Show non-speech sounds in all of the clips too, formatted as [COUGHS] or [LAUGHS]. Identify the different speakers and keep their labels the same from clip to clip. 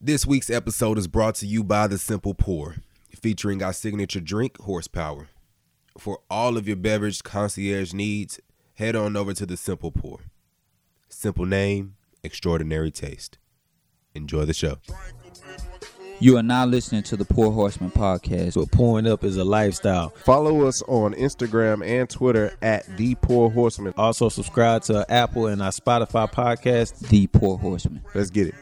Speaker 1: This week's episode is brought to you by The Simple Pour, featuring our signature drink, Horsepower. For all of your beverage concierge needs, head on over to The Simple Pour. Simple name, extraordinary taste. Enjoy the show.
Speaker 2: You are now listening to the Poor Horseman podcast.
Speaker 3: But pouring up is a lifestyle.
Speaker 4: Follow us on Instagram and Twitter at The Poor Horseman.
Speaker 3: Also, subscribe to our Apple and our Spotify podcast.
Speaker 2: The Poor Horseman.
Speaker 4: Let's get it.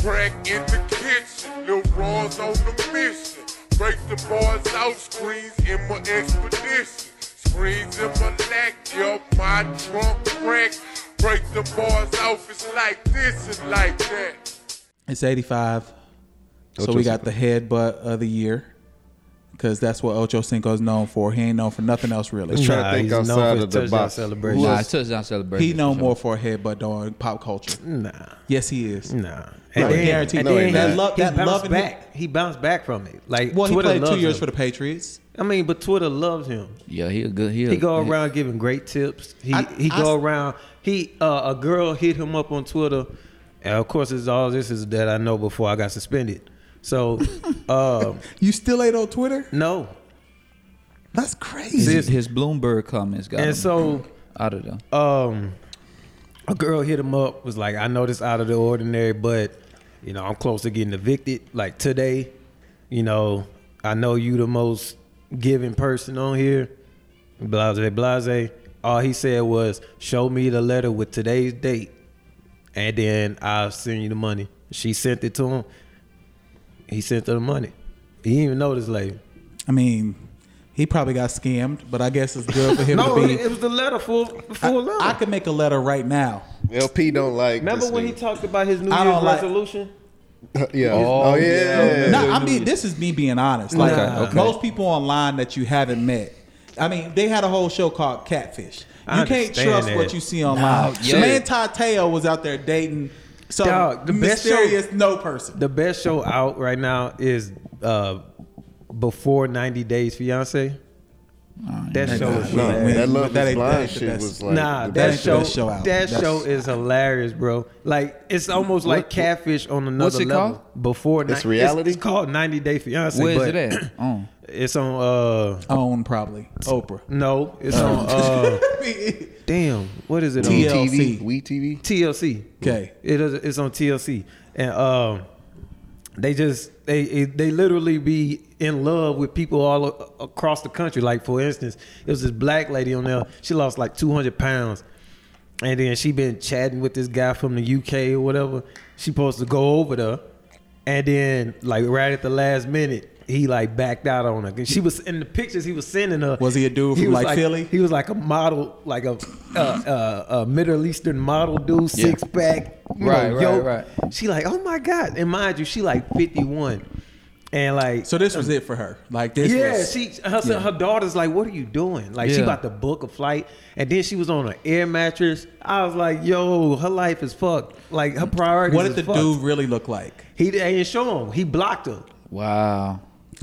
Speaker 5: Crack in the kitchen, Lil Raw's on the mission. Break the bars out, screens in my expedition. Screens in my lack, yo, my drunk crack. Break the bars off, it's like this and like that.
Speaker 6: It's 85. so
Speaker 4: Ocho
Speaker 6: we got the headbutt of the year because that's what Ocho Cinco is known for. He ain't known for nothing else
Speaker 4: Let's
Speaker 6: really.
Speaker 4: try
Speaker 3: Nah,
Speaker 4: to think
Speaker 3: he's known for
Speaker 4: outside
Speaker 3: his
Speaker 4: of the
Speaker 3: touchdown
Speaker 4: box.
Speaker 3: celebration.
Speaker 4: Who
Speaker 2: Nah,
Speaker 4: else-
Speaker 2: it's touchdown celebration.
Speaker 6: He known
Speaker 2: for
Speaker 6: more for a headbutt during pop culture.
Speaker 3: Nah,
Speaker 6: Yes, he is.
Speaker 3: nah.
Speaker 4: No,
Speaker 3: And
Speaker 4: he
Speaker 3: then,
Speaker 6: guaranteed
Speaker 3: and
Speaker 4: no,
Speaker 3: then
Speaker 4: he
Speaker 3: he,
Speaker 4: not.
Speaker 3: lo-
Speaker 6: He's loving
Speaker 3: that bounced
Speaker 6: it.
Speaker 3: back. He bounced back from it. Like
Speaker 6: Well,
Speaker 3: Twitter
Speaker 6: he played two
Speaker 3: loves
Speaker 6: years
Speaker 3: him.
Speaker 6: for the Patriots.
Speaker 3: I mean, but Twitter loves him.
Speaker 2: Yeah, he a good. He, a,
Speaker 3: He go around giving great tips. He
Speaker 6: I-
Speaker 3: he go
Speaker 6: I-
Speaker 3: around. He uh, a girl hit him up on Twitter, and of course, it's all this is that I know before I got suspended. [LAUGHS] So, uh,
Speaker 6: You still ain't on Twitter?
Speaker 3: no,
Speaker 6: That's crazy.
Speaker 2: His,
Speaker 3: Sis.
Speaker 2: his Bloomberg comments got him
Speaker 3: and so.
Speaker 2: out of there.
Speaker 3: um a girl hit him up was like i know this out of the ordinary but you know i'm close to getting evicted like today you know i know you the most giving person on here blase blase all he said was show me the letter with today's date and then i'll send you the money she sent it to him he sent her the money he didn't even know this lady
Speaker 6: I mean, he probably got scammed, but I guess it's good for him
Speaker 3: [LAUGHS] no
Speaker 6: to be.
Speaker 3: it was the letter full full
Speaker 6: I, I
Speaker 3: letter
Speaker 6: could make a letter right now.
Speaker 4: LP don't like.
Speaker 3: remember
Speaker 4: this
Speaker 3: when he
Speaker 4: nigga.
Speaker 3: talked about his new
Speaker 6: I
Speaker 3: year's
Speaker 6: don't like-
Speaker 3: resolution
Speaker 4: yeah. Oh, yeah.
Speaker 6: No, I mean this is me being honest. Like
Speaker 3: Okay, okay.
Speaker 6: most people online that you haven't met. I mean, they had a whole show called Catfish.
Speaker 3: I
Speaker 6: You can't
Speaker 3: understand
Speaker 6: trust
Speaker 3: that.
Speaker 6: what you see online.
Speaker 2: yeah.
Speaker 6: Man, Todd Taylor was out there dating some
Speaker 3: Dog, the best
Speaker 6: mysterious no person.
Speaker 3: The best show out right now is uh before 90 Days Fiance. That show is
Speaker 4: No,
Speaker 3: hilarious.
Speaker 4: that love
Speaker 6: But that ain't-
Speaker 4: is
Speaker 6: that
Speaker 4: blind
Speaker 6: ain't the
Speaker 4: shit
Speaker 6: best.
Speaker 4: was like.
Speaker 3: Nah,
Speaker 4: the
Speaker 3: that,
Speaker 4: best
Speaker 3: show,
Speaker 6: the best show out.
Speaker 3: that
Speaker 6: That's-
Speaker 3: show is hilarious, bro. Like it's almost like catfish on another
Speaker 2: what's it
Speaker 3: level. Before
Speaker 4: It's reality?
Speaker 3: it's, called 90 Day Fiance.
Speaker 2: Where is
Speaker 3: but
Speaker 2: it at? oh.
Speaker 3: It's on. uh
Speaker 6: Own probably Oprah.
Speaker 3: No, it's on. uh Damn, what is it on?
Speaker 6: TL.
Speaker 4: TV.
Speaker 6: TLC.
Speaker 4: We TV.
Speaker 3: TLC.
Speaker 6: Okay.
Speaker 3: It is it's on TLC. And um they just they it- they literally be in love with people all a- across the country. Like for instance, it was this black lady on there. She lost like 200 pounds. And then she been chatting with this guy from the UK or whatever. She supposed to go over there. And then like right at the last minute, he like backed out on her. 'Cause she was in the pictures he was sending her.
Speaker 6: Was he a dude from,
Speaker 3: was
Speaker 6: like, Philly?
Speaker 3: He was like a model, like a uh, uh, a Middle Eastern model dude, six pack, you
Speaker 2: Right,
Speaker 3: know,
Speaker 2: right,
Speaker 3: yoke.
Speaker 2: right.
Speaker 3: She like, oh my god, and mind you, she like fifty one, and like,
Speaker 6: So this was it for her. Like this.
Speaker 3: yeah,
Speaker 6: was,
Speaker 3: she her, son- her daughter's like, what are you doing? Like she
Speaker 2: Yeah.
Speaker 3: about to book a flight, and then she was on an air mattress. I was like, yo, her life is fucked. Like her priorities.
Speaker 6: What did
Speaker 3: is
Speaker 6: the
Speaker 3: fucked.
Speaker 6: dude really look like?
Speaker 3: He didn't show him. He blocked her.
Speaker 2: Wow.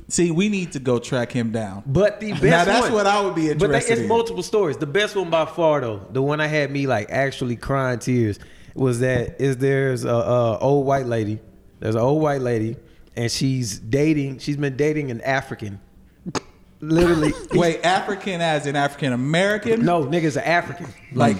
Speaker 6: See, we need to go track him down.
Speaker 3: But the best
Speaker 6: Now, that's
Speaker 3: one-
Speaker 6: what I would be
Speaker 3: But
Speaker 6: interested
Speaker 3: it's
Speaker 6: in.
Speaker 3: multiple stories. The best one by far, though, the one I had me like actually crying tears was that is there's a, a old white lady. There's an old white lady, and she's dating. She's been dating an African. Literally,
Speaker 6: Wait, African as in African American?
Speaker 3: no niggas are African.
Speaker 6: Like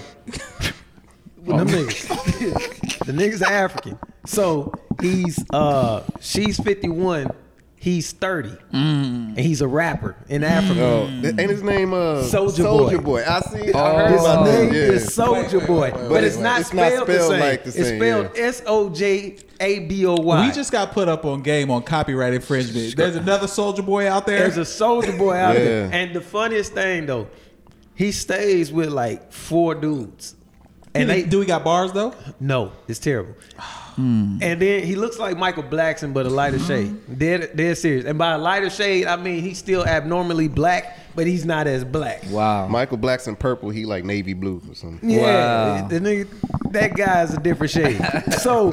Speaker 3: Them niggas. [LAUGHS] the niggas are African. So he's uh she's 51, he's 30, and he's a rapper in Africa.
Speaker 4: Oh, that ain't his name uh
Speaker 3: Soulja Boy.
Speaker 4: Soldier Boy. I see.
Speaker 2: Oh,
Speaker 4: I heard
Speaker 3: His
Speaker 4: about
Speaker 3: name
Speaker 4: that. Yeah.
Speaker 3: is Soldier Boy, but
Speaker 4: wait,
Speaker 3: it's
Speaker 4: wait.
Speaker 3: not
Speaker 4: It's not
Speaker 3: spelled, the
Speaker 4: spelled
Speaker 3: same.
Speaker 4: like the
Speaker 3: It's
Speaker 4: same,
Speaker 3: spelled S O J A B O Y.
Speaker 6: We just got put up on game on copyright infringement. There's another Soldier Boy out there.
Speaker 3: there's a Soldier Boy out there,
Speaker 4: Yeah.
Speaker 3: and the funniest thing though, he stays with like four dudes, and they
Speaker 6: [LAUGHS] do we got bars though?
Speaker 3: No, it's terrible. And then he looks like Michael Blackson, but a lighter shade. Dead, dead serious. And by a lighter shade, I mean he's still abnormally black, but he's not as black.
Speaker 2: Wow.
Speaker 4: Michael Blackson purple. He like navy blue or something.
Speaker 3: Yeah,
Speaker 2: Wow.
Speaker 3: the nigga, that guy is a
Speaker 2: [LAUGHS]
Speaker 3: different shade. so,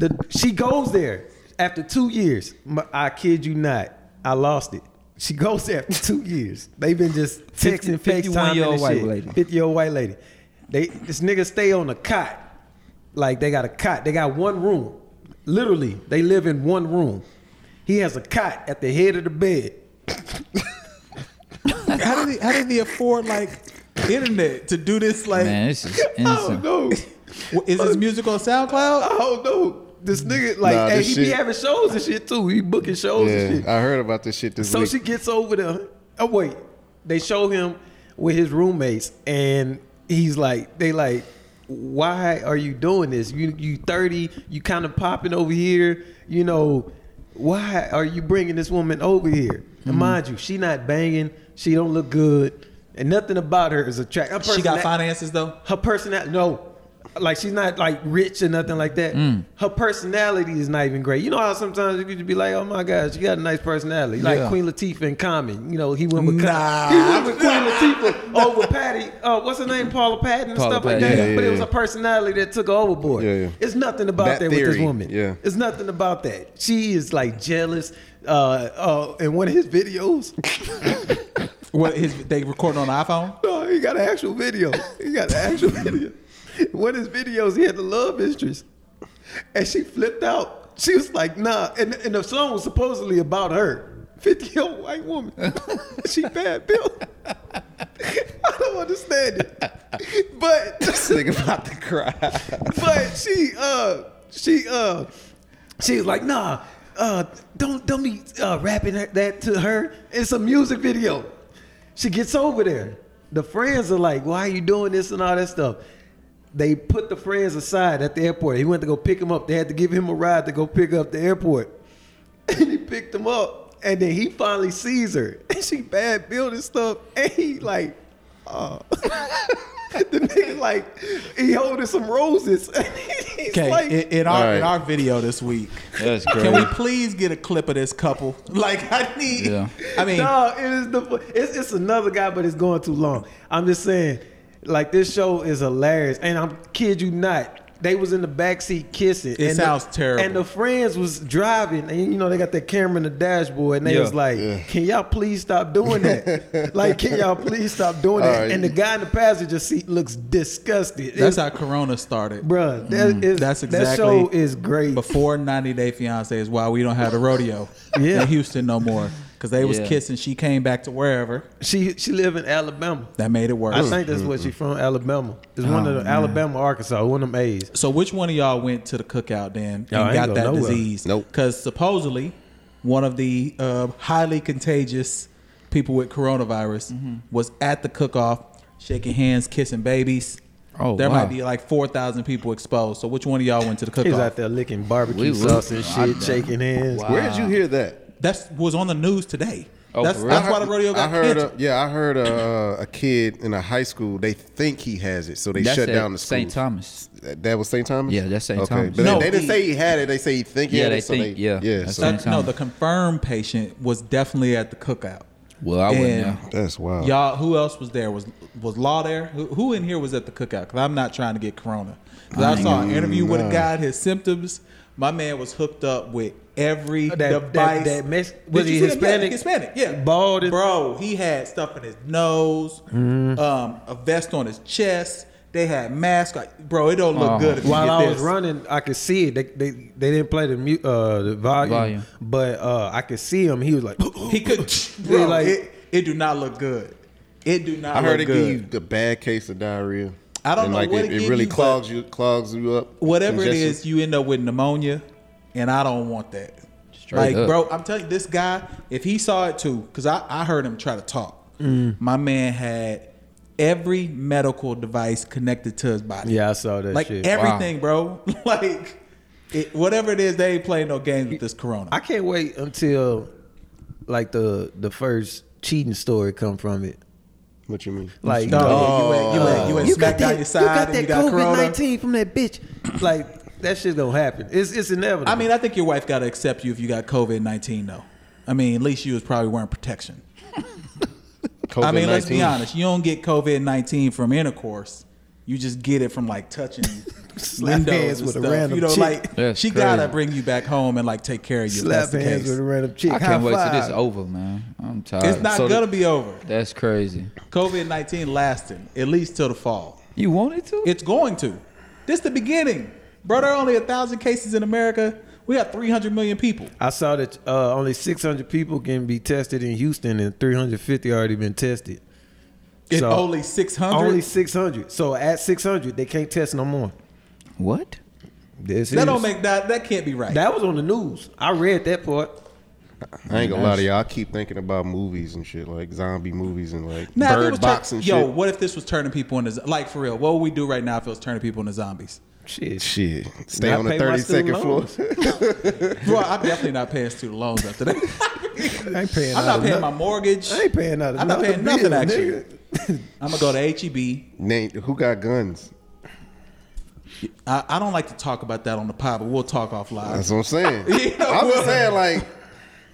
Speaker 3: the she goes there after two years. My- I kid you not, I lost it. She goes there after two years. They've been just
Speaker 2: 50
Speaker 3: texting, FaceTime, year
Speaker 2: white
Speaker 3: old white
Speaker 2: lady.
Speaker 3: lady, fifty year old white lady. They this nigga stay on the cot, like they got a cot. They got one room. Literally, they live in one room. He has a cot at the head of the bed. [LAUGHS]
Speaker 6: How did he, how did he afford like internet to do this? Like,
Speaker 2: Man, this is
Speaker 3: [LAUGHS] Oh
Speaker 2: insane.
Speaker 3: no!
Speaker 2: [LAUGHS]
Speaker 6: wh- is this music on SoundCloud?
Speaker 3: Oh no! This nigga like,
Speaker 4: Nah,
Speaker 3: hey,
Speaker 4: this
Speaker 3: he be
Speaker 4: shit-
Speaker 3: having shows and shit too. He booking shows and shit.
Speaker 4: Yeah, I heard about this shit this
Speaker 3: So
Speaker 4: week.
Speaker 3: she gets over there. Oh wait, they show him with his roommates, and he's like, they like, why are you doing this? You you thirty, you kind of popping over here. You know, why are you bringing this woman over here?
Speaker 4: Mm-hmm.
Speaker 3: And mind you, she not banging. She don't look good, and nothing about her is attractive. Her
Speaker 6: She got
Speaker 3: persona-
Speaker 6: finances though.
Speaker 3: Her personality, no. Like she's not like rich or nothing like that.
Speaker 4: Mm.
Speaker 3: Her personality is not even great. You know how sometimes you could be like, "Oh my God, she got a nice personality." Like
Speaker 6: Yeah.
Speaker 3: Queen Latifah in Common. You know, he went with
Speaker 6: Nah.
Speaker 3: he went with Queen Latifah over Patty. Uh, what's her name? Paula Patton and
Speaker 2: Paula
Speaker 3: stuff like
Speaker 2: Patton.
Speaker 3: that.
Speaker 4: Yeah, yeah,
Speaker 3: but it was
Speaker 4: yeah.
Speaker 3: a personality that took her overboard.
Speaker 4: Yeah, yeah.
Speaker 3: It's nothing about that,
Speaker 4: That
Speaker 3: with this
Speaker 4: theory,
Speaker 3: woman.
Speaker 4: yeah.
Speaker 3: It's nothing about that. She is like jealous. Uh, uh, in one of his videos,
Speaker 6: What his they recording on an iPhone?
Speaker 3: [LAUGHS] No, Oh, he got an actual video. He got an actual [LAUGHS] video. One of his videos, he had the love interest. And she flipped out. She was like, nah. And, and the song was supposedly about her. 50 year old white woman. [LAUGHS] she bad Bill. [LAUGHS] I don't understand it. But [LAUGHS]
Speaker 4: nigga about to cry.
Speaker 3: but she uh she uh she was like nah uh don't don't be uh rapping that- that to her it's a music video she gets over there the friends are like why are you doing this and all that stuff they put the friends aside at the airport he went to go pick him up they had to give him a ride to go pick up the airport [LAUGHS] and he picked him up and then he finally sees her [LAUGHS] and she bad building stuff and he like oh [LAUGHS] the nigga like he holding some roses [LAUGHS] and he's
Speaker 6: Okay,
Speaker 3: like
Speaker 6: in, in our
Speaker 4: All right.
Speaker 6: in our video this week,
Speaker 2: That's
Speaker 6: can we
Speaker 2: crazy.
Speaker 6: please get a clip of this couple? [LAUGHS] Like, I need.
Speaker 2: Yeah.
Speaker 6: I mean,
Speaker 3: no it is the it's, it's another guy but it's going too long i'm just saying like this show is hilarious and i'm kid you not they was in the backseat kissing. It
Speaker 6: sounds terrible.
Speaker 3: And the friends was driving, and you know they got that camera in the dashboard, and they
Speaker 2: Yeah.
Speaker 3: was like, "Can y'all please stop doing that? like, can y'all please stop doing that?"
Speaker 4: right.
Speaker 3: And the guy in the passenger seat looks disgusted.
Speaker 6: that's how Corona started.
Speaker 3: Bruh, that is-
Speaker 6: that's
Speaker 3: that
Speaker 6: exactly-
Speaker 3: show is great.
Speaker 6: Before 90 Day Fiance is why we don't have the rodeo
Speaker 3: Yeah.
Speaker 6: in Houston no more. Because they was
Speaker 2: Yeah.
Speaker 6: kissing. She came back to wherever.
Speaker 3: She she live in Alabama.
Speaker 6: That made it
Speaker 3: I
Speaker 6: worse.
Speaker 3: think that's
Speaker 6: mm.
Speaker 3: where she from. Alabama. It's one of the
Speaker 6: Oh,
Speaker 3: Alabama, Arkansas. One of them A's.
Speaker 6: so which one of y'all went to the cookout then and
Speaker 3: Y'all ain't
Speaker 6: got
Speaker 3: go
Speaker 6: that
Speaker 3: nowhere.
Speaker 6: disease?
Speaker 4: Nope.
Speaker 6: Because supposedly one of the uh, highly contagious people with coronavirus
Speaker 2: Mm-hmm.
Speaker 6: was at the cook-off shaking hands, kissing babies.
Speaker 2: Oh,
Speaker 6: there
Speaker 2: wow.
Speaker 6: might be like four thousand people exposed. So which one of y'all went to the
Speaker 3: He's
Speaker 6: cook-off?
Speaker 3: out there licking barbecue
Speaker 2: We
Speaker 3: sauce and
Speaker 2: was-
Speaker 3: shit,
Speaker 2: I-
Speaker 3: shaking hands.
Speaker 4: Where did you hear that?
Speaker 6: That's was on the news today.
Speaker 2: Oh,
Speaker 6: that's
Speaker 2: for real?
Speaker 6: that's why the rodeo got
Speaker 4: I heard
Speaker 6: canceled.
Speaker 4: a, yeah, I heard uh, a, a kid in a high school. They think he has it, so they
Speaker 2: That's
Speaker 4: shut
Speaker 2: at
Speaker 4: down the school.
Speaker 2: St. Thomas.
Speaker 4: That that was St. Thomas.
Speaker 2: Yeah, that's St.
Speaker 4: Okay,
Speaker 2: Thomas.
Speaker 4: But
Speaker 6: No,
Speaker 4: they, they didn't
Speaker 6: he-
Speaker 4: say he had it. They say he think he
Speaker 2: Yeah,
Speaker 4: had
Speaker 2: they
Speaker 4: it. so
Speaker 2: think-
Speaker 4: they,
Speaker 2: yeah,
Speaker 4: yeah.
Speaker 2: that's
Speaker 4: so-
Speaker 2: right.
Speaker 6: That- no,
Speaker 2: Sometimes.
Speaker 6: the confirmed patient was definitely at the cookout.
Speaker 2: Well, I wouldn't
Speaker 6: And-
Speaker 2: know.
Speaker 4: that's wild.
Speaker 6: Y'all, who else was there? Was was Law there? Who, who in here was at the cookout? Because I'm not trying to get corona. 'Cause I, saw an interview with a guy. His symptoms. My man was hooked up with every
Speaker 3: That- that-
Speaker 6: device.
Speaker 3: that Mex-
Speaker 6: Did
Speaker 3: was
Speaker 6: you
Speaker 3: he
Speaker 6: see that? Yeah,
Speaker 3: Hispanic?
Speaker 6: Hispanic, yeah.
Speaker 3: Bald and-
Speaker 6: Bro, he had stuff in his nose,
Speaker 4: Mm-hmm.
Speaker 6: um, a vest on his chest. They had masks. Like, bro, it don't look
Speaker 2: Oh.
Speaker 6: good. If
Speaker 3: While
Speaker 6: you get
Speaker 3: I was
Speaker 6: this.
Speaker 3: running, I could see it. They they, they didn't play the mu- uh the volume,
Speaker 2: Volume.
Speaker 3: but uh I could see him. He was like, [CLEARS THROAT]
Speaker 6: he
Speaker 3: [LAUGHS]
Speaker 6: could. Bro,
Speaker 3: like-
Speaker 6: it, it do not look good. It do not.
Speaker 4: I heard
Speaker 6: look
Speaker 4: it
Speaker 6: good.
Speaker 4: give you the bad case of diarrhea.
Speaker 6: I don't
Speaker 4: and
Speaker 6: know
Speaker 4: like
Speaker 6: what
Speaker 4: it,
Speaker 6: it give
Speaker 4: really
Speaker 6: you, but
Speaker 4: clogs you, clogs you up.
Speaker 6: whatever it
Speaker 4: congestion.
Speaker 6: is, you end up with pneumonia, and I don't want that.
Speaker 2: Straight
Speaker 6: like,
Speaker 2: up.
Speaker 6: bro, I'm telling you, this guy, if he saw it too, because I, I heard him try to talk.
Speaker 3: Mm.
Speaker 6: My man had every medical device connected to his body.
Speaker 3: "Yeah, I saw that
Speaker 6: like eh.
Speaker 3: shit."
Speaker 6: everything, bro. [LAUGHS] like, it, whatever it is, they ain't playing no games with this corona.
Speaker 3: I can't wait until like the the first cheating story come from it.
Speaker 4: What you mean?
Speaker 3: Like
Speaker 6: no, yeah, you ain't, you ain't, you ain't smacked down your side and you got corona.
Speaker 3: from that bitch. like that shit gonna happen. It's it's inevitable.
Speaker 6: I mean, I think your wife got to accept you if you got COVID nineteen, though. I mean, at least you was probably wearing
Speaker 3: [LAUGHS]
Speaker 6: protection. I mean, let's be
Speaker 4: COVID-19.
Speaker 6: honest. You don't get COVID nineteen from intercourse. You just get it from like touching
Speaker 3: [LAUGHS] Slap
Speaker 6: windows
Speaker 3: hands
Speaker 6: and
Speaker 3: with a
Speaker 6: stuff.
Speaker 3: random
Speaker 6: you know,
Speaker 3: chick.
Speaker 6: like
Speaker 2: That's
Speaker 6: she
Speaker 2: crazy.
Speaker 6: gotta bring you back home and like take care of you. if
Speaker 3: slap
Speaker 6: that's the
Speaker 3: hands
Speaker 6: case.
Speaker 3: with a random chick.
Speaker 2: I can't
Speaker 3: High
Speaker 2: wait till
Speaker 3: five.
Speaker 2: this over, man. I'm tired.
Speaker 6: It's not
Speaker 2: So th-
Speaker 6: gonna be over.
Speaker 2: That's crazy.
Speaker 6: COVID nineteen lasting at least till the fall.
Speaker 2: You wanted to?
Speaker 6: It's going to. This the beginning, bro. There are only a thousand cases in America. We got 300 million people.
Speaker 3: I saw that uh, only 600 people can be tested in Houston, and 350 already been tested.
Speaker 6: And
Speaker 3: So-
Speaker 6: only 600.
Speaker 3: Only 600. So at 600, they can't test no more.
Speaker 2: What?
Speaker 3: This
Speaker 6: that don't
Speaker 3: is-
Speaker 6: make that. That can't be right.
Speaker 3: That was on the news. I read that part.
Speaker 4: I ain't gonna lie to y'all. I keep thinking about movies and shit, like zombie movies and like
Speaker 6: Nah, if it was
Speaker 4: bird
Speaker 6: turn-
Speaker 4: box and
Speaker 6: Yo,
Speaker 4: shit.
Speaker 6: what if this was turning people into zo- like for real? What would we do right now if it was turning people into zombies?
Speaker 3: Shit.
Speaker 4: Shit, stay
Speaker 3: Not
Speaker 4: on the
Speaker 3: pay my
Speaker 4: thirty second
Speaker 3: student
Speaker 4: floor.
Speaker 3: loans. [LAUGHS]
Speaker 6: Bro, I'm definitely not paying student loans after that.
Speaker 3: I ain't paying
Speaker 6: I'm
Speaker 3: out
Speaker 6: not
Speaker 3: of
Speaker 6: paying my
Speaker 3: nothing.
Speaker 6: mortgage.
Speaker 3: I ain't paying out of
Speaker 6: I'm not
Speaker 3: nothing
Speaker 6: paying nothing
Speaker 3: bill,
Speaker 6: actually.
Speaker 3: nigga.
Speaker 6: [LAUGHS] I'm gonna go to E HEB.
Speaker 4: Name who got guns?
Speaker 6: I, I don't like to talk about that on the pod, but we'll talk offline.
Speaker 4: That's what I'm saying.
Speaker 6: [LAUGHS] Yeah,
Speaker 4: I'm
Speaker 6: well-
Speaker 4: just saying, like,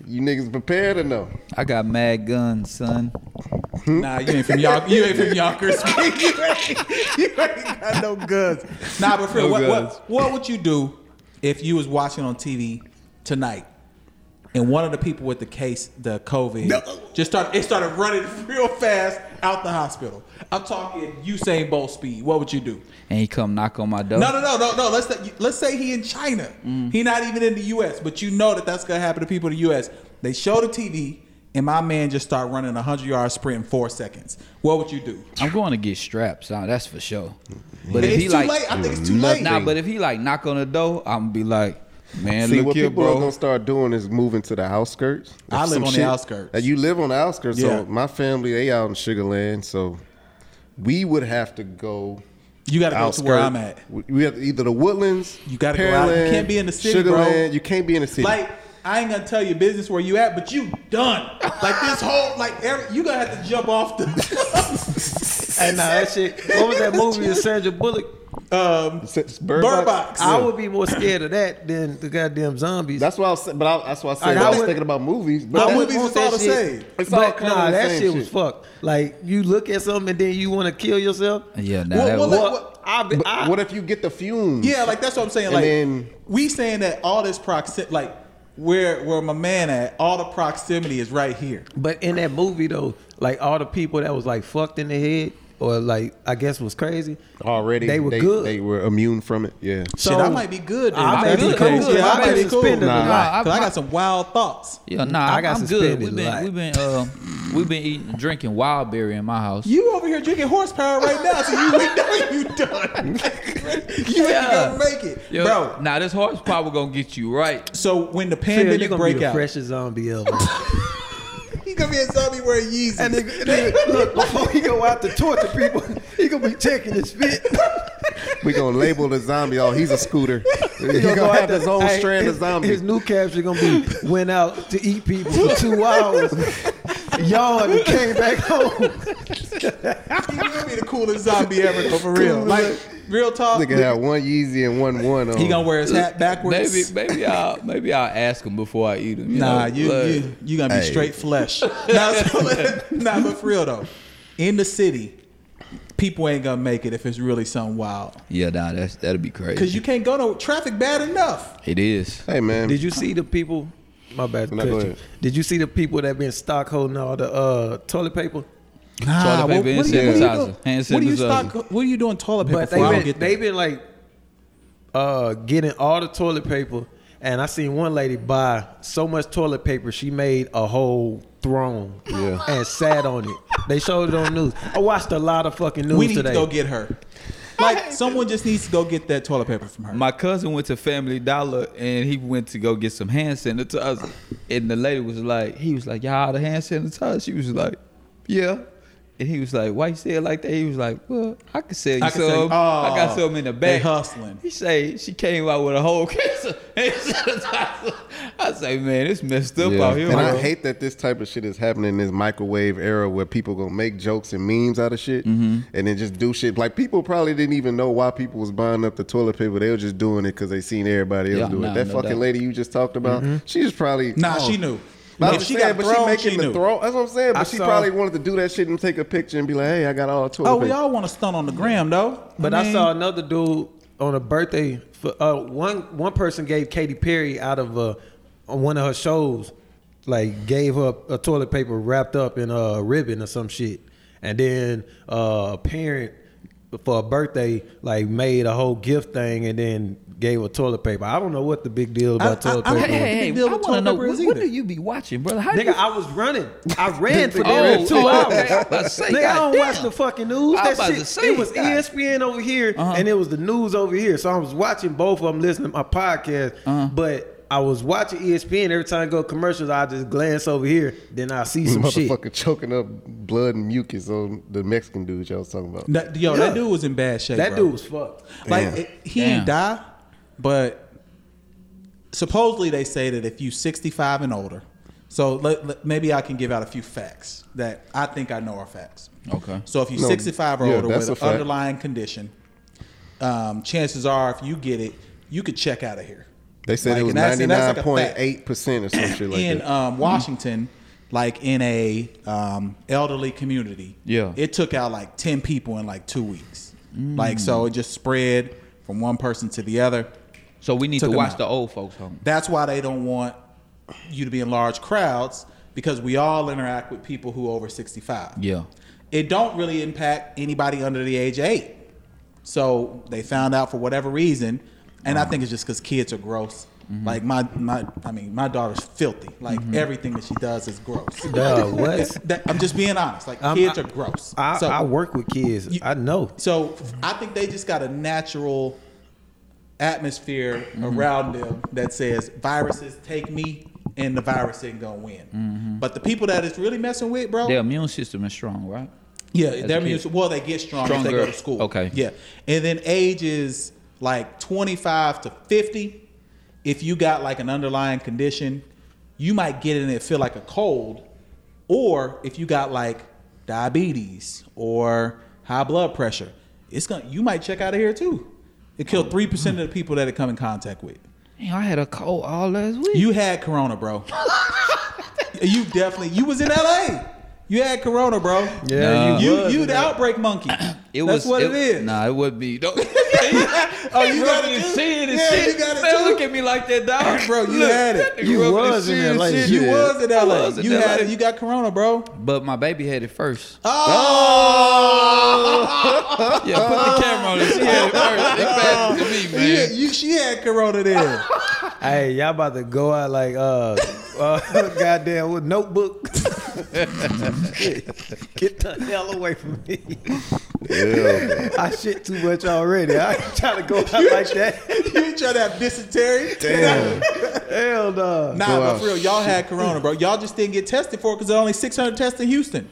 Speaker 4: you niggas prepared or no?
Speaker 2: I got mad guns, son.
Speaker 6: Nah, you ain't from Yonkers. You ain't from Yonkers.
Speaker 3: [LAUGHS]
Speaker 6: you, ain't, got no guns. Nah, but for real, what, what what would you do if you was watching on TV tonight and one of the people with the case, the COVID, just started it started running [LAUGHS] real fast out the hospital. I'm talking Usain Bolt speed. What would you do?
Speaker 2: And he come knock on my door.
Speaker 6: No, no, no, no, no. Let's say- let's say he in China. He not even in the U.S. But you know that that's gonna happen to people in the U.S. They show the TV, and my man just start running a hundred yard sprint in four seconds. What would you do?
Speaker 2: I'm going to get strapped, son. That's for sure. But if
Speaker 6: Mm-hmm. it's
Speaker 2: he
Speaker 6: too
Speaker 2: like,
Speaker 6: late. I think it's too
Speaker 4: nothing.
Speaker 6: late.
Speaker 2: nah, but if he like knock on the door, I'm gonna be like, man,
Speaker 4: See,
Speaker 2: look
Speaker 4: what
Speaker 2: here,
Speaker 4: people are
Speaker 2: bro.
Speaker 4: gonna start doing is moving to the outskirts. of
Speaker 6: I live
Speaker 4: some
Speaker 6: on the outskirts.
Speaker 4: Uh, You live on the outskirts,
Speaker 6: Yeah.
Speaker 4: so my family they out in Sugarland, so we would have to go.
Speaker 6: You gotta go to where
Speaker 4: outskirt.
Speaker 6: I'm at.
Speaker 4: We- We have either the woodlands.
Speaker 6: You gotta go out. You
Speaker 4: Pearland,
Speaker 6: can't be in the city, bro.
Speaker 4: Sugarland, You can't be in the city.
Speaker 6: Like I ain't gonna tell you business where you at, but you done. Like this whole like every, you gonna have to jump [LAUGHS] off uh, the.
Speaker 3: Hey, nah, uh, that shit. What [LAUGHS] was that movie with Sandra Bullock?
Speaker 6: um,
Speaker 4: It's Bird,
Speaker 6: Bird Box.
Speaker 4: Box.
Speaker 3: I
Speaker 4: Yeah.
Speaker 3: would be more scared of that than the goddamn zombies.
Speaker 4: That's why I was, sa- but I, that's why I said
Speaker 3: Like,
Speaker 4: I,
Speaker 3: I
Speaker 4: was
Speaker 3: would-
Speaker 4: thinking about movies.
Speaker 6: My
Speaker 4: But that-
Speaker 6: movies is all the same.
Speaker 4: It's all
Speaker 3: but
Speaker 4: kinda
Speaker 3: nah,
Speaker 4: the
Speaker 3: that
Speaker 4: same
Speaker 3: shit, was
Speaker 4: shit.
Speaker 3: fucked. Like you look at something and then you want to kill yourself.
Speaker 2: Yeah, nah,
Speaker 6: Well,
Speaker 2: that
Speaker 6: well,
Speaker 2: was-
Speaker 6: Like,
Speaker 3: Well,
Speaker 6: what-
Speaker 3: I, be-
Speaker 4: but
Speaker 3: I,
Speaker 4: what if you get the fumes?
Speaker 6: Yeah, like that's what I'm saying.
Speaker 4: And
Speaker 6: Like
Speaker 4: then-
Speaker 6: we saying that all this proximity, like where where my man at, all the proximity is right here.
Speaker 3: but in that movie though, like all the people that was like fucked in the head or like I guess was crazy.
Speaker 4: already
Speaker 3: They were good.
Speaker 4: They were immune from it. Yeah.
Speaker 6: Shit, I might be good. then.
Speaker 3: I
Speaker 6: If
Speaker 3: may
Speaker 6: that's
Speaker 3: be
Speaker 6: the
Speaker 3: cool.
Speaker 6: case. Yeah,
Speaker 3: Yeah,
Speaker 6: I
Speaker 3: I
Speaker 6: might
Speaker 3: may
Speaker 6: be
Speaker 3: be
Speaker 6: cool.
Speaker 3: suspended
Speaker 4: a
Speaker 2: lot.
Speaker 6: Cause I got some wild thoughts.
Speaker 2: Yeah, nah,
Speaker 3: I
Speaker 2: I
Speaker 3: got
Speaker 2: am good.
Speaker 3: suspended
Speaker 2: We've
Speaker 3: a
Speaker 2: been,
Speaker 3: lot.
Speaker 2: we've been, uh, we've been eating, drinking wild berry in my house.
Speaker 6: You over here drinking horsepower right now, so you [LAUGHS] we know you done. [LAUGHS] you
Speaker 2: Yeah.
Speaker 6: ain't gonna make it,
Speaker 2: Yo,
Speaker 6: bro.
Speaker 2: Now this horsepower gonna get you right.
Speaker 6: So when the
Speaker 3: Phil, you
Speaker 6: pandemic
Speaker 3: gonna be
Speaker 6: break
Speaker 3: the
Speaker 6: out,
Speaker 3: freshest zombie ever.
Speaker 6: he gonna be a zombie wearing Yeezys.
Speaker 3: and nigga, nigga, look before he go out to torture people, [LAUGHS] he gonna be checking his fit. [LAUGHS]
Speaker 4: We gonna label the zombie. Oh, he's a scooter. [LAUGHS] He gonna,
Speaker 3: go out
Speaker 4: have
Speaker 3: to-
Speaker 4: his own
Speaker 3: hey,
Speaker 4: strand [LAUGHS]
Speaker 3: his,
Speaker 4: of zombies.
Speaker 3: His new caption gonna be went out to eat people for two hours, [LAUGHS] yawned and came back home.
Speaker 6: He gonna be the coolest zombie ever, though, for real. Like real talk.
Speaker 4: Nigga had one Yeezy and one one on.
Speaker 6: He gonna wear his hat
Speaker 2: Maybe,
Speaker 6: backwards.
Speaker 2: maybe I'll, maybe I'll ask him before I eat him. You
Speaker 6: Nah,
Speaker 2: know?
Speaker 6: you,
Speaker 2: Like,
Speaker 6: you you gonna be
Speaker 4: Hey.
Speaker 6: straight flesh. nah, [LAUGHS] so- nah, but for real though, in the city, people ain't gonna make it if it's really something wild.
Speaker 2: yeah, nah, that's that'd be crazy.
Speaker 6: Cause you can't go no traffic bad enough.
Speaker 2: it is.
Speaker 4: Hey man,
Speaker 3: Did you see the people? My bad.
Speaker 4: No, go
Speaker 3: Christian.
Speaker 4: ahead.
Speaker 3: Did you see the people that been stock holding all the uh, toilet paper?
Speaker 2: Toilet paper and
Speaker 6: are you-
Speaker 2: sanitizer.
Speaker 6: doing-
Speaker 2: Hand
Speaker 6: what are you
Speaker 2: sanitizer.
Speaker 6: stock? What are you doing toilet paper
Speaker 3: But
Speaker 6: for?
Speaker 3: they
Speaker 6: I don't
Speaker 3: been,
Speaker 6: get
Speaker 3: they
Speaker 6: that.
Speaker 3: been like uh, getting all the toilet paper, and I seen one lady buy so much toilet paper she made a whole throne
Speaker 4: Yeah.
Speaker 3: and sat on it. They showed it on news. I watched a lot of fucking news
Speaker 6: We need
Speaker 3: today.
Speaker 6: to go get her. [LAUGHS] Like someone just needs to go get that toilet paper from her.
Speaker 2: My cousin went to Family Dollar and he went to go get some hand sanitizer. And the lady was like, he was like, y'all out of hand sanitizer? She was like, yeah. And he was like, why you say it like that? He was like, well, I could sell you
Speaker 6: I
Speaker 2: I
Speaker 6: could sell you-
Speaker 2: some. I
Speaker 6: Oh,
Speaker 2: got some in the
Speaker 6: they
Speaker 2: back.
Speaker 6: hustling.
Speaker 2: He say she came out with a whole [LAUGHS] case of hand sanitizer. I say, man, it's messed up
Speaker 4: Yeah.
Speaker 2: out here.
Speaker 4: And I
Speaker 2: bro."
Speaker 4: hate that this type of shit is happening in this microwave era where people gonna make jokes and memes out of shit
Speaker 6: Mm-hmm.
Speaker 4: and then just do shit. Like people probably didn't even know why people was buying up the toilet paper. They were just doing it because they seen everybody else
Speaker 2: Yeah,
Speaker 4: do it.
Speaker 2: nah,
Speaker 4: That
Speaker 2: no
Speaker 4: fucking
Speaker 2: doubt.
Speaker 4: lady you just talked about, she just probably
Speaker 6: nah,
Speaker 4: oh.
Speaker 6: she knew.
Speaker 4: But,
Speaker 6: If
Speaker 4: she got but she
Speaker 6: thrown,
Speaker 4: making
Speaker 6: she
Speaker 4: the
Speaker 6: knew.
Speaker 4: throw. That's what I'm saying. But
Speaker 3: I
Speaker 4: she
Speaker 3: saw-
Speaker 4: probably wanted to do that shit and take a picture and be like, "Hey, I got all the toilet
Speaker 6: Oh,
Speaker 4: paper."
Speaker 6: we all want to stunt on the gram though.
Speaker 3: But I,
Speaker 6: mean,
Speaker 3: saw another dude on a birthday. For, uh, one one person gave Katy Perry out of uh, on one of her shows, like gave her a toilet paper wrapped up in a ribbon or some shit, and then uh, a parent. for a birthday, like made a whole gift thing and then gave a toilet paper. I don't know what the big deal about
Speaker 6: I- I-
Speaker 3: toilet
Speaker 6: I-
Speaker 3: paper.
Speaker 2: Hey,
Speaker 3: is.
Speaker 2: hey, hey,
Speaker 6: Big deal
Speaker 2: I
Speaker 6: with
Speaker 2: want to
Speaker 6: toilet
Speaker 2: know
Speaker 6: paper is
Speaker 2: what, what
Speaker 6: either.
Speaker 2: do you be watching, brother? How
Speaker 3: Nigga,
Speaker 2: you,
Speaker 3: I was running. I ran for damn
Speaker 2: oh,
Speaker 3: two
Speaker 2: oh,
Speaker 3: hours.
Speaker 2: okay. I was about to say,
Speaker 3: Nigga, I don't
Speaker 2: goddamn.
Speaker 3: watch the fucking news.
Speaker 2: I
Speaker 3: That
Speaker 2: was about
Speaker 3: shit,
Speaker 2: to say, Uh-huh.
Speaker 3: it was E
Speaker 2: God.
Speaker 3: ESPN over here, and it was the news over here. So I was watching both of them, listening to my podcast.
Speaker 2: Uh-huh.
Speaker 3: But I was watching E ESPN every time I go commercials. I just glance over here, then I see some shit.
Speaker 4: [LAUGHS] Motherfucker choking up blood and mucus on the Mexican dude y'all was talking about.
Speaker 6: That- yo,
Speaker 3: Yeah.
Speaker 6: that dude was in bad shape.
Speaker 3: That
Speaker 6: bro.
Speaker 3: dude was fucked.
Speaker 6: Like
Speaker 4: Damn.
Speaker 6: it- he didn't die, but supposedly they say that if you 65 and older. So let, let- maybe I can give out a few facts that I think I know are facts.
Speaker 2: Okay.
Speaker 6: So if you're
Speaker 4: No,
Speaker 6: 65 or
Speaker 4: yeah,
Speaker 6: older with
Speaker 4: that's a
Speaker 6: an
Speaker 4: fact.
Speaker 6: underlying condition, um, chances are if you get it, you could check out of here.
Speaker 4: They said
Speaker 6: Like,
Speaker 4: it was
Speaker 6: and that's-
Speaker 4: ninety
Speaker 6: and that's
Speaker 4: nine
Speaker 6: like a
Speaker 4: point
Speaker 6: fact
Speaker 4: eight percent or some shit like
Speaker 6: in
Speaker 4: that.
Speaker 6: um, Washington, like in a um, elderly community,
Speaker 2: Yeah.
Speaker 6: it took out like ten people in like two weeks. Like so, it just spread from one person to the other.
Speaker 2: so we need to
Speaker 6: Took 'em
Speaker 2: watch
Speaker 6: out.
Speaker 2: the old folks home.
Speaker 6: That's why they don't want you to be in large crowds because we all interact with people who are over sixty five.
Speaker 2: Yeah.
Speaker 6: it don't really impact anybody under the age of eight. So they found out for whatever reason, and I think it's just because kids are gross.
Speaker 3: Mm-hmm.
Speaker 6: Like my my, I mean my daughter's filthy. Like everything that she does is gross.
Speaker 3: [LAUGHS] Duh, what?
Speaker 6: That- I'm just being honest. Like
Speaker 3: I'm-
Speaker 6: kids
Speaker 3: I-
Speaker 6: are gross.
Speaker 3: I,
Speaker 6: so
Speaker 3: I work with kids.
Speaker 6: You-
Speaker 3: I know.
Speaker 6: so I think they just got a natural atmosphere
Speaker 3: Mm-hmm.
Speaker 6: around them that says viruses take me and the virus ain't gonna win.
Speaker 3: Mm-hmm.
Speaker 6: But the people that it's really messing with, bro,
Speaker 2: Their immune system is strong, right?
Speaker 6: yeah,
Speaker 2: a
Speaker 6: their
Speaker 2: kid.
Speaker 6: immune system. Well, they get strong if they
Speaker 2: Stronger.
Speaker 6: go to school.
Speaker 2: Okay.
Speaker 6: Yeah, and then age is like twenty five to fifty. If you got like an underlying condition, you might get it and it feel like a cold, or if you got like diabetes or high blood pressure, it's gonna you might check out of here too. It
Speaker 2: Oh.
Speaker 6: killed three percent of the people that it come in contact with.
Speaker 2: Damn, I had a cold all last week.
Speaker 6: You had corona, bro. you definitely you was in LA. You had corona, bro.
Speaker 3: Yeah,
Speaker 6: You
Speaker 3: was
Speaker 6: you
Speaker 3: in
Speaker 6: the outbreak monkey.
Speaker 2: [CLEARS THROAT] it
Speaker 6: That's
Speaker 2: was
Speaker 6: what it is.
Speaker 2: Nah, it would be. [LAUGHS] Don't,
Speaker 6: [LAUGHS] Oh, you got
Speaker 2: rubbing
Speaker 6: it
Speaker 2: his
Speaker 6: too?
Speaker 2: chin and
Speaker 6: Yeah,
Speaker 2: shit.
Speaker 6: you got it
Speaker 2: Man,
Speaker 6: too?
Speaker 2: look at me like that, dog.
Speaker 6: [LAUGHS] Bro, you
Speaker 2: Look,
Speaker 6: had it.
Speaker 2: that nigga
Speaker 3: You
Speaker 2: rubbing his
Speaker 3: was in
Speaker 2: chin and
Speaker 3: LA.
Speaker 2: shit.
Speaker 6: You
Speaker 4: Yeah.
Speaker 6: was in
Speaker 2: I
Speaker 6: LA.
Speaker 2: was in
Speaker 6: you had
Speaker 2: LA.
Speaker 6: it. You got corona, bro.
Speaker 2: But my baby had it first.
Speaker 6: Oh,
Speaker 2: [LAUGHS] Yeah, put the camera on it. She had it first. It passed it
Speaker 6: [LAUGHS]
Speaker 2: to me,
Speaker 6: yeah,
Speaker 2: man.
Speaker 6: you, she had corona then.
Speaker 3: Hey, y'all about to go out like uh, [LAUGHS] uh goddamn with notebook. [LAUGHS] Get the hell away from me. I shit too much already. I ain't trying to go out like that.
Speaker 6: you ain't trying to have dysentery.
Speaker 3: Hell no.
Speaker 6: Nah, but for real, y'all had corona, bro. Y'all just didn't get tested for it because there are only 600 tests in Houston.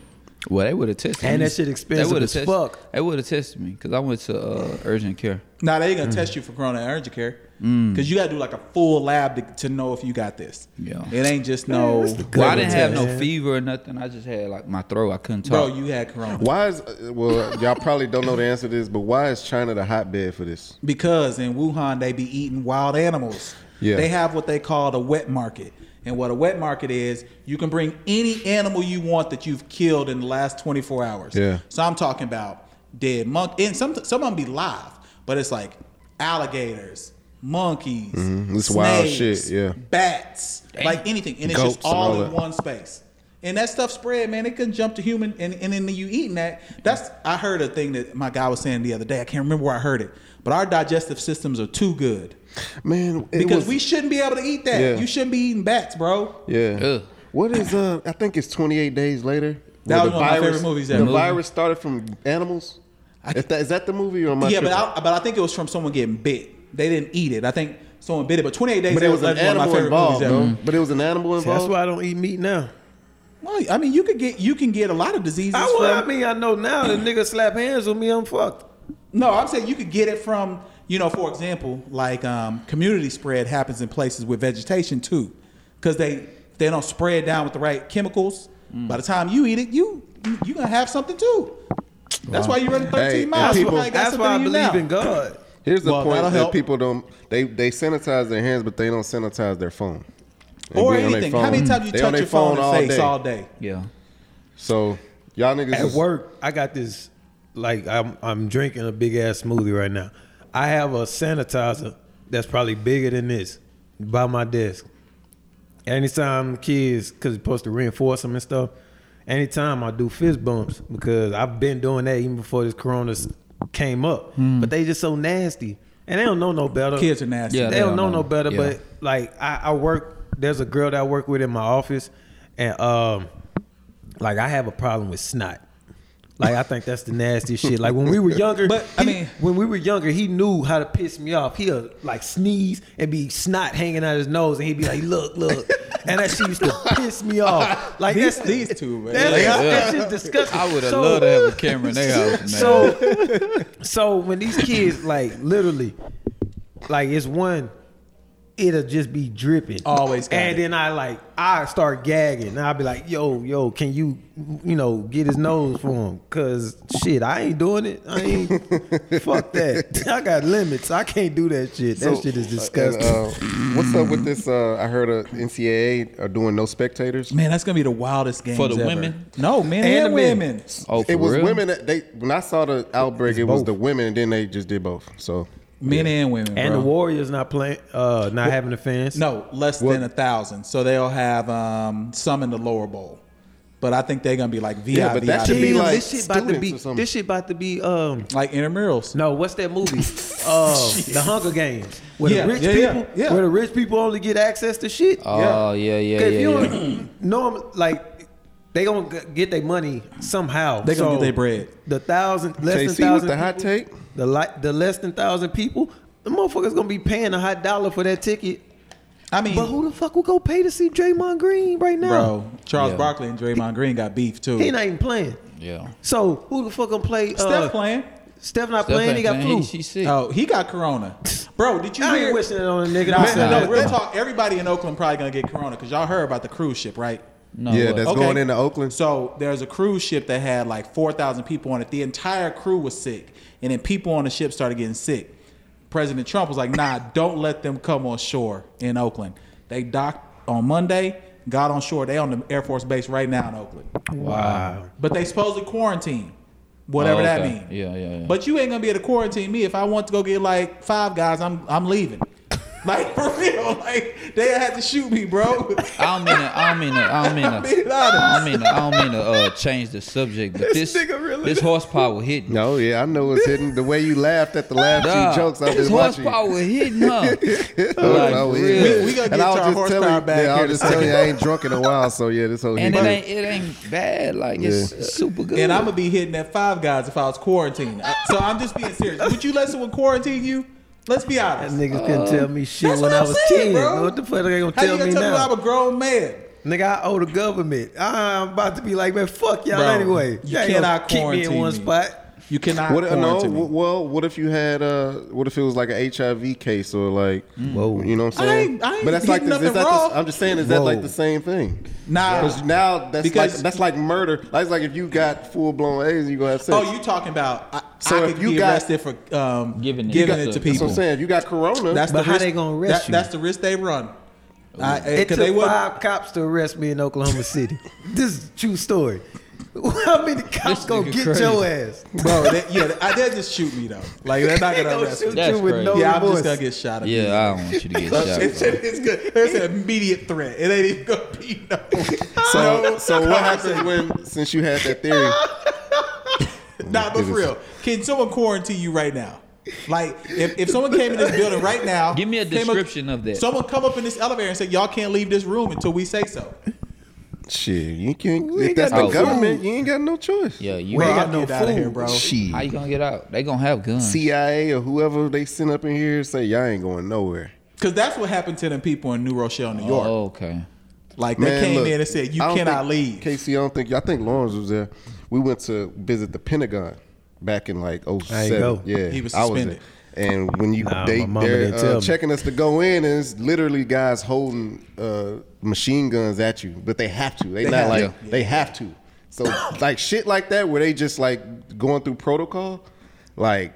Speaker 2: Well, they would have tested
Speaker 3: And
Speaker 2: me.
Speaker 3: that shit
Speaker 2: They
Speaker 3: expensive
Speaker 2: would've
Speaker 3: as
Speaker 2: tested-
Speaker 3: fuck.
Speaker 2: They would have tested me because I went to uh, urgent care.
Speaker 6: Nah, they ain't gonna test you for corona in urgent care because you gotta do like a full lab to, to know if you got this.
Speaker 2: Yeah.
Speaker 6: it ain't just no.
Speaker 2: Well, I didn't have no
Speaker 3: test.
Speaker 2: fever or nothing. I just had like my throat. I couldn't
Speaker 6: bro.
Speaker 2: talk.
Speaker 6: You had corona
Speaker 4: Why is uh, well y'all probably don't know the answer to this, but why is China the hotbed for this?
Speaker 6: because in Wuhan they be eating wild animals.
Speaker 4: Yeah.
Speaker 6: they have what they call the wet market. And what a wet market is, you can bring any animal you want that you've killed in the last 24 hours.
Speaker 4: Yeah.
Speaker 6: So I'm talking about dead monkey, and some some of them be live, but it's like alligators, monkeys,
Speaker 4: Mm-hmm. It's wild
Speaker 6: snakes,
Speaker 4: shit, yeah.
Speaker 6: bats, like anything, and it's
Speaker 4: Goats
Speaker 6: just
Speaker 4: and
Speaker 6: all,
Speaker 4: all
Speaker 6: in
Speaker 4: that.
Speaker 6: one space. And that stuff spread, man. It couldn't jump to human, and, and then you eating that. That's I heard a thing that my guy was saying the other day. I can't remember where I heard it, but our digestive systems are too good
Speaker 4: Man, it
Speaker 6: because
Speaker 4: was-
Speaker 6: we shouldn't be able to eat that.
Speaker 4: Yeah.
Speaker 6: You shouldn't be eating bats, bro.
Speaker 4: Yeah.
Speaker 2: Ugh.
Speaker 4: What is uh? I think it's 28 days later.
Speaker 6: That
Speaker 4: where
Speaker 6: was
Speaker 4: the
Speaker 6: one of my favorite movies
Speaker 4: The
Speaker 6: ever.
Speaker 4: virus started from animals. Is that, is that the movie or am I?
Speaker 6: yeah, but
Speaker 4: tripping?
Speaker 6: I, but I think it was from someone getting bit. They didn't eat it. I think someone bit it. But 28 Days
Speaker 4: but it
Speaker 6: Later
Speaker 4: was
Speaker 6: was
Speaker 4: an
Speaker 6: one of my
Speaker 4: animal
Speaker 6: favorite
Speaker 4: involved.
Speaker 6: movies ever.
Speaker 4: though. But it was an animal involved.
Speaker 3: That's why I don't eat meat now.
Speaker 6: Well, I mean, you could get you can get a lot of diseases.
Speaker 3: I, well, I
Speaker 6: from-
Speaker 3: mean, I know now the nigga slap hands with me, I'm fucked.
Speaker 6: No, I'm saying you could get it from, you know, for example, like um, community spread happens in places with vegetation too, because they they don't spray it down with the right chemicals.
Speaker 4: Mm.
Speaker 6: By the time you eat it, you you gonna have something too. That's why you running 13
Speaker 4: Hey,
Speaker 6: miles.
Speaker 4: and
Speaker 6: You
Speaker 4: people-
Speaker 6: probably got
Speaker 3: That's
Speaker 6: something
Speaker 3: why I
Speaker 6: in you
Speaker 3: believe
Speaker 6: now.
Speaker 3: in God.
Speaker 4: Here's the
Speaker 6: Well,
Speaker 4: point
Speaker 6: that'll
Speaker 4: that
Speaker 6: help.
Speaker 4: people don't they they sanitize their hands, but they don't sanitize their phone. They
Speaker 6: or
Speaker 4: be on their
Speaker 6: anything. How many
Speaker 4: phone.
Speaker 6: times you
Speaker 4: They on
Speaker 6: touch
Speaker 4: their
Speaker 6: your phone, and face all day?
Speaker 2: yeah.
Speaker 4: So y'all niggas
Speaker 3: At
Speaker 4: is-
Speaker 3: work, I got this. Like I'm, I'm drinking a big ass smoothie right now. I have a sanitizer that's probably bigger than this by my desk. Anytime kids, because it's supposed to reinforce them and stuff. Anytime I do fist bumps because I've been doing that even before this Corona s- came up, but they just so nasty and they don't know no better.
Speaker 6: Hmm. Kids are nasty.
Speaker 2: Yeah,
Speaker 3: they,
Speaker 2: they don't
Speaker 3: don't, know,
Speaker 2: know.
Speaker 3: no better.
Speaker 2: Yeah.
Speaker 3: But like I, I work, there's a girl that I work with in my office, and um, like I have a problem with snot. Like I think that's the nastiest shit. Like when we were younger,
Speaker 6: But, I
Speaker 3: he-
Speaker 6: mean-
Speaker 3: when we were younger, he knew how to piss me off. He'll like sneeze and be snot hanging out his nose, and he'd be like, "Look, look," and that shit used to piss me off. Like
Speaker 6: These-
Speaker 3: that's
Speaker 6: these two, man.
Speaker 3: That's,
Speaker 6: Yeah.
Speaker 3: that's just disgusting.
Speaker 2: I would have
Speaker 3: So-
Speaker 2: loved to have a camera in
Speaker 4: [LAUGHS]
Speaker 2: their house, man.
Speaker 3: so, [LAUGHS] so when these kids like literally, like it's one, it'll just be dripping.
Speaker 6: Always got
Speaker 3: And
Speaker 6: it.
Speaker 3: then I like I start gagging. And I'll be like, yo, yo, can you, you know, get his nose for him? Cause shit, I ain't doing it. I ain't
Speaker 4: [LAUGHS]
Speaker 3: fuck that. [LAUGHS] I got limits. I can't do that shit. That shit is disgusting.
Speaker 4: Uh, uh, what's up with this? Uh, I heard uh, NCAA are doing no spectators.
Speaker 6: Man, that's gonna be the wildest game
Speaker 2: For the
Speaker 6: ever.
Speaker 2: women?
Speaker 6: No, men and,
Speaker 3: And the men.
Speaker 6: women.
Speaker 2: oh,
Speaker 4: it
Speaker 2: for
Speaker 4: was
Speaker 2: real?
Speaker 4: women that they when I saw the outbreak, it was
Speaker 3: both.
Speaker 4: the women, and then they just did both. So
Speaker 6: Men and women.
Speaker 3: and
Speaker 6: bro.
Speaker 3: the Warriors not playing, uh, not having the fans.
Speaker 6: No, less than a thousand. So they'll have um, some in the lower bowl, but I think they're gonna be like VIP,
Speaker 4: Yeah, but that should
Speaker 3: Damn,
Speaker 4: be like
Speaker 3: this shit about to
Speaker 4: students
Speaker 3: be.
Speaker 4: or something.
Speaker 3: This shit about to be. Um,
Speaker 6: like intramurals.
Speaker 3: No, what's
Speaker 6: [LAUGHS]
Speaker 3: that movie? uh, the Hunger Games. Where
Speaker 6: Yeah,
Speaker 3: the rich
Speaker 6: yeah, yeah,
Speaker 3: people,
Speaker 6: yeah.
Speaker 3: where the rich people only get access to shit.
Speaker 2: Oh yeah, yeah, yeah.
Speaker 3: 'Cause if you
Speaker 2: yeah.
Speaker 3: don't, norm, like they gonna g- get their money somehow.
Speaker 6: They gonna
Speaker 3: So,
Speaker 6: get their bread.
Speaker 3: The thousand less
Speaker 4: KC
Speaker 3: than
Speaker 4: with
Speaker 3: thousand.
Speaker 4: the hot
Speaker 3: people-
Speaker 4: take?
Speaker 3: The like the less than thousand people. The motherfuckers gonna be paying a hot dollar for that ticket.
Speaker 6: I mean,
Speaker 3: But who the fuck will go pay to see Draymond Green right now?
Speaker 6: bro, Charles
Speaker 2: Yeah.
Speaker 6: Barkley and Draymond Green got beef too.
Speaker 3: He not even playing.
Speaker 2: yeah.
Speaker 3: So who the fuck gonna play?
Speaker 6: Steph
Speaker 3: uh,
Speaker 6: playing.
Speaker 3: Steph not
Speaker 2: Steph
Speaker 3: playing. He
Speaker 2: ain't
Speaker 3: got
Speaker 2: playing.
Speaker 3: flu.
Speaker 2: He- she sick.
Speaker 6: Oh, he got corona, bro. Did you
Speaker 3: I
Speaker 6: hear?
Speaker 3: ain't wishing it on a nigga.
Speaker 6: Nah,
Speaker 3: I'm
Speaker 6: no,
Speaker 3: saying-
Speaker 6: no, real talk. Everybody in Oakland probably gonna get corona because y'all heard about the cruise ship, right?
Speaker 2: No, uh,
Speaker 4: yeah,
Speaker 2: what?
Speaker 4: that's
Speaker 6: Okay.
Speaker 4: going into Oakland.
Speaker 6: So there's a cruise ship that had like 4,000 people on it. The entire crew was sick. And then people on the ship started getting sick. President Trump was like, nah, don't let them come on shore in Oakland. They docked on Monday, got on shore. They on the Air Force Base right now in Oakland.
Speaker 3: Wow.
Speaker 6: But they supposedly quarantine, whatever
Speaker 2: Oh,
Speaker 6: that
Speaker 2: okay.
Speaker 6: means.
Speaker 2: Yeah, yeah, yeah.
Speaker 6: But you ain't gonna be able to quarantine me if I want to go get like five guys. I'm I'm leaving. like for real, like they had to shoot me, bro.
Speaker 2: I don't mean to, I don't mean to, I don't mean to, I don't mean to, I don't mean to uh, change the subject, but this,
Speaker 3: This
Speaker 2: this,
Speaker 3: nigga really-
Speaker 2: horsepower hitting.
Speaker 4: No, Oh, yeah, I know it's hidden. The way you laughed at the last
Speaker 2: Nah,
Speaker 4: few jokes, I
Speaker 2: this
Speaker 4: was watching.
Speaker 2: horsepower hitting,
Speaker 4: [LAUGHS]
Speaker 2: huh?
Speaker 4: Horsepower,
Speaker 2: real.
Speaker 4: oh, yeah.
Speaker 6: We- we gonna
Speaker 4: And I
Speaker 6: get our
Speaker 4: was just
Speaker 6: horsepower
Speaker 4: telling you-
Speaker 6: back
Speaker 4: Yeah, I
Speaker 6: here
Speaker 4: was just
Speaker 6: in a
Speaker 4: telling you, I ain't drunk in a while, so yeah, this whole
Speaker 2: And it
Speaker 4: heat-
Speaker 2: ain't, it ain't bad. Like it's,
Speaker 4: Yeah.
Speaker 2: it's super good.
Speaker 6: And I'm gonna be hitting that five guys if I was quarantined. So I'm just being serious. Would you let someone quarantine you? Let's be
Speaker 3: That
Speaker 6: honest.
Speaker 3: niggas couldn't tell me shit
Speaker 6: that's
Speaker 3: when
Speaker 6: what
Speaker 3: I
Speaker 6: I'm
Speaker 3: was
Speaker 6: saying,
Speaker 3: 10.
Speaker 6: bro.
Speaker 3: What the fuck they gonna
Speaker 6: How you
Speaker 3: tell
Speaker 6: gonna
Speaker 3: me
Speaker 6: tell me
Speaker 3: now?
Speaker 6: I'm a grown man?
Speaker 3: Nigga, I owe the government. Ah, I'm about to be like, man, fuck y'all
Speaker 6: Bro,
Speaker 3: anyway.
Speaker 6: you
Speaker 3: Y'all ain't gonna
Speaker 6: cannot
Speaker 3: keep me in
Speaker 6: quarantine
Speaker 3: one
Speaker 6: me.
Speaker 3: spot.
Speaker 6: You cannot
Speaker 4: What, uh, no,
Speaker 6: quarantine. me.
Speaker 4: w- well, what if you had? Uh, what if it was like an HIV case or like,
Speaker 3: Whoa.
Speaker 4: you know what I'm saying?
Speaker 6: ain't- I ain't
Speaker 4: but that's like,
Speaker 6: hitting
Speaker 4: this, is
Speaker 6: nothing
Speaker 4: that
Speaker 6: raw.
Speaker 4: the, I'm just saying, is that like
Speaker 3: Whoa.
Speaker 4: the same thing?
Speaker 6: Nah.
Speaker 4: because now that's
Speaker 6: Because-
Speaker 4: like that's like murder. That's like if you got full blown AIDS, and you gonna have sex.
Speaker 6: oh, you talking about? I,
Speaker 4: So
Speaker 6: I
Speaker 4: if
Speaker 6: could
Speaker 4: you
Speaker 6: be
Speaker 4: got-
Speaker 6: arrested for um,
Speaker 2: Giving
Speaker 6: giving
Speaker 2: it to-
Speaker 6: it, to
Speaker 2: that's
Speaker 4: that's what
Speaker 6: people.
Speaker 4: I'm saying. If you got corona,
Speaker 6: That's
Speaker 3: But
Speaker 6: the
Speaker 3: how
Speaker 6: risk,
Speaker 3: they gonna arrest
Speaker 6: that-
Speaker 3: you?
Speaker 6: That's the risk they run. I-
Speaker 3: It
Speaker 6: 'cause
Speaker 3: took
Speaker 6: they would-
Speaker 3: five cops to arrest me in Oklahoma City. [LAUGHS] this is a true story. [LAUGHS] How many cops
Speaker 2: This
Speaker 3: gonna
Speaker 2: nigga
Speaker 3: get
Speaker 2: crazy.
Speaker 6: [LAUGHS]
Speaker 3: your ass?
Speaker 6: [LAUGHS] bro. They, yeah, I did just shoot me though. Like they're
Speaker 4: [LAUGHS]
Speaker 6: not
Speaker 3: They
Speaker 6: gonna
Speaker 3: gonna
Speaker 6: arrest
Speaker 3: shoot
Speaker 6: me.
Speaker 2: That's
Speaker 3: you with
Speaker 2: crazy.
Speaker 3: no
Speaker 6: Yeah, I'm
Speaker 3: remorse.
Speaker 6: just
Speaker 3: [LAUGHS]
Speaker 6: gonna get shot. immediately.
Speaker 2: yeah, I don't want you [LAUGHS] to get
Speaker 6: It's,
Speaker 2: shot.
Speaker 6: it's good. There's an immediate threat. It ain't even gonna be no.
Speaker 4: so so what happens
Speaker 6: conversation.
Speaker 4: when since you had
Speaker 6: [LAUGHS]
Speaker 4: that theory?
Speaker 6: Nah, but
Speaker 4: It
Speaker 6: for
Speaker 4: is-
Speaker 6: real, can someone quarantine you right now? Like, if, if someone came in this building right now,
Speaker 2: Give me a
Speaker 6: came up-
Speaker 2: description of that.
Speaker 6: Someone come up in this elevator and say, "Y'all can't leave this room until we say so."
Speaker 4: Shit, you can't.
Speaker 3: We
Speaker 4: If that's
Speaker 3: got
Speaker 4: the
Speaker 2: no
Speaker 4: government, you ain't got no choice.
Speaker 2: Yeah, you.
Speaker 6: We
Speaker 3: Bro,
Speaker 6: gotta
Speaker 3: I know
Speaker 6: get out of here,
Speaker 3: food.
Speaker 6: bro.
Speaker 2: How
Speaker 4: Shit.
Speaker 2: you gonna get out? They gonna have guns.
Speaker 4: CIA or whoever they send up in here say y'all ain't going nowhere.
Speaker 6: Because that's what happened to them people in New Rochelle, New York.
Speaker 2: oh, okay.
Speaker 6: Like they
Speaker 4: Man,
Speaker 6: came
Speaker 4: look,
Speaker 6: in and said, "You
Speaker 4: I don't
Speaker 6: cannot
Speaker 4: think-
Speaker 6: leave."
Speaker 4: KC, I don't think. I think Lawrence was there. We went to visit the Pentagon back in like
Speaker 3: go.
Speaker 4: 07. Yeah,
Speaker 6: He was
Speaker 4: I
Speaker 6: suspended.
Speaker 4: there. and when you
Speaker 3: Nah,
Speaker 4: they
Speaker 3: my mama
Speaker 4: they're
Speaker 3: didn't tell
Speaker 4: uh,
Speaker 3: me.
Speaker 4: checking us to go in, and it's literally guys holding uh, machine guns at you, but they have to. They,
Speaker 6: They
Speaker 4: not
Speaker 6: have
Speaker 4: like
Speaker 6: to.
Speaker 4: they have to. So like shit like that, where they just like going through protocol, like.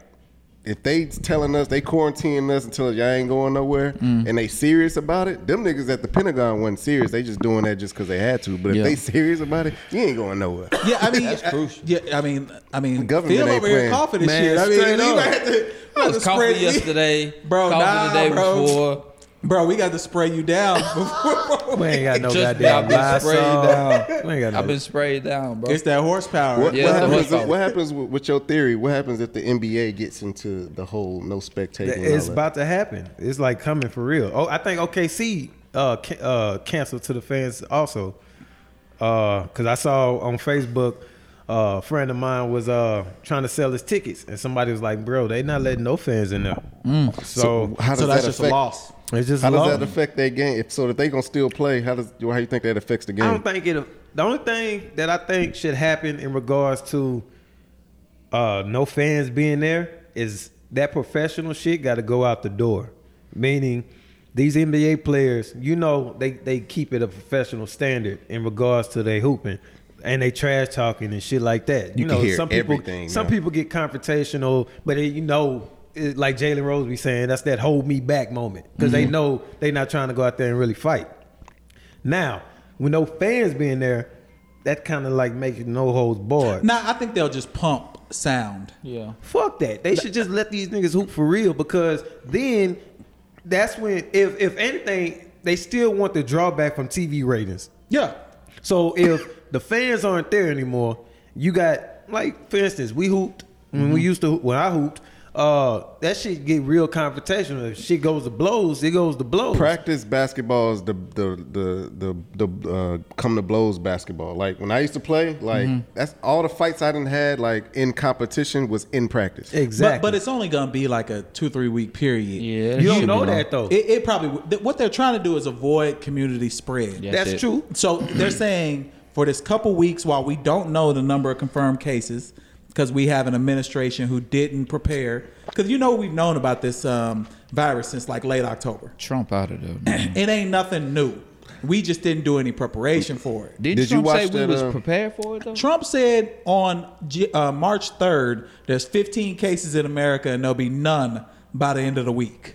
Speaker 4: If they telling us they quarantining us until y'all ain't going nowhere,
Speaker 2: Mm.
Speaker 4: and they serious about it, them niggas at the Pentagon wasn't serious. They just doing that just because they had to. But if
Speaker 2: Yeah.
Speaker 4: they serious about about it, you ain't going nowhere.
Speaker 6: Yeah, I mean,
Speaker 2: That's
Speaker 6: I-
Speaker 2: crucial.
Speaker 6: Yeah, I mean, I mean,
Speaker 4: government
Speaker 6: Phil
Speaker 4: ain't
Speaker 6: over here
Speaker 4: playing.
Speaker 6: coughing and
Speaker 4: Man,
Speaker 6: shit. I mean,
Speaker 4: straight
Speaker 6: he
Speaker 4: up.
Speaker 6: might have
Speaker 2: I
Speaker 6: to.
Speaker 2: was
Speaker 6: might have
Speaker 2: coughing
Speaker 6: spread-
Speaker 2: yesterday,
Speaker 6: bro.
Speaker 2: coughing
Speaker 6: nah,
Speaker 2: the day
Speaker 6: bro.
Speaker 2: before.
Speaker 6: Bro, we got to spray you down [LAUGHS] before.
Speaker 3: We ain't got no
Speaker 2: Just
Speaker 3: goddamn
Speaker 2: about been
Speaker 3: Lysol.
Speaker 2: sprayed down.
Speaker 3: We ain't got no.
Speaker 2: I've been sprayed down, bro.
Speaker 6: it's that horsepower.
Speaker 4: What,
Speaker 2: Yeah,
Speaker 4: what
Speaker 2: that's what
Speaker 4: happens?
Speaker 2: I'm saying.
Speaker 4: What happens with, with your theory? What happens if the NBA gets into the whole no spectating? and all
Speaker 3: It's
Speaker 4: that?
Speaker 3: about to happen. It's like coming for real. Oh, I think OKC uh, ca- uh, canceled to the fans also. Because I saw on Facebook, uh, a friend of mine was uh, trying to sell his tickets, and somebody was like, "Bro, they not letting no fans in there." So,
Speaker 4: how does
Speaker 6: so that's
Speaker 4: that
Speaker 6: just
Speaker 4: affect,
Speaker 6: a loss.
Speaker 3: it's just
Speaker 4: Mm. How does
Speaker 3: lost.
Speaker 4: that affect their game? If, so if they gonna still play, how does how you think that affects the game?
Speaker 3: I don't think it. The only thing that I think should happen in regards to uh, no fans being there is that professional shit got to go out the door. Meaning, these NBA players, you know, they they keep it a professional standard in regards to their hooping and they trash talking and shit like that. You,
Speaker 4: can
Speaker 3: know,
Speaker 4: hear
Speaker 3: some people
Speaker 4: everything
Speaker 3: some
Speaker 4: now.
Speaker 3: people get confrontational, but it, you know. It, like Jalen Rose be saying, that's that hold me back moment because
Speaker 4: Mm-hmm.
Speaker 3: they know they not trying to go out there and really fight. Now, with no fans being there, that kind of like makes no holds barred.
Speaker 6: Nah, I think they'll just pump sound.
Speaker 2: yeah.
Speaker 3: Fuck that. They should just let these niggas hoop for real because then that's when, if if anything, they still want the drawback from TV ratings.
Speaker 6: Yeah.
Speaker 3: So if the fans aren't there anymore, you got like for instance, we hooped when we used to when I hooped. Uh, that shit get real confrontational. If shit goes to blows, it goes to blows.
Speaker 4: Practice basketball is the the the the, the uh, come to blows basketball. Like when I used to play, like that's all the fights I didn't had like in competition was in practice.
Speaker 3: Exactly.
Speaker 6: But, but it's only gonna be like a two three week period.
Speaker 2: Yeah.
Speaker 3: you
Speaker 2: should
Speaker 3: don't
Speaker 2: be
Speaker 3: know
Speaker 2: long.
Speaker 3: that though.
Speaker 6: It, it probably w- th- what they're trying to do is avoid community spread.
Speaker 2: Yeah.
Speaker 3: that's
Speaker 2: That's it.
Speaker 3: true.
Speaker 6: So they're saying for this couple weeks, while we don't know the number of confirmed cases, because we have an administration who didn't prepare, because you know we've known about this um, virus since like late October.
Speaker 2: Trump out of there.
Speaker 4: [CLEARS THROAT]
Speaker 2: man.
Speaker 6: It ain't nothing new. We just didn't do any preparation for it.
Speaker 2: Didn't
Speaker 4: Did you
Speaker 2: Trump
Speaker 4: watch
Speaker 2: say we
Speaker 4: that,
Speaker 2: was
Speaker 4: uh,
Speaker 2: prepared for it though?
Speaker 6: Trump said on J- uh, March 3rd, there's 15 cases in America and there'll be none by the end of the week.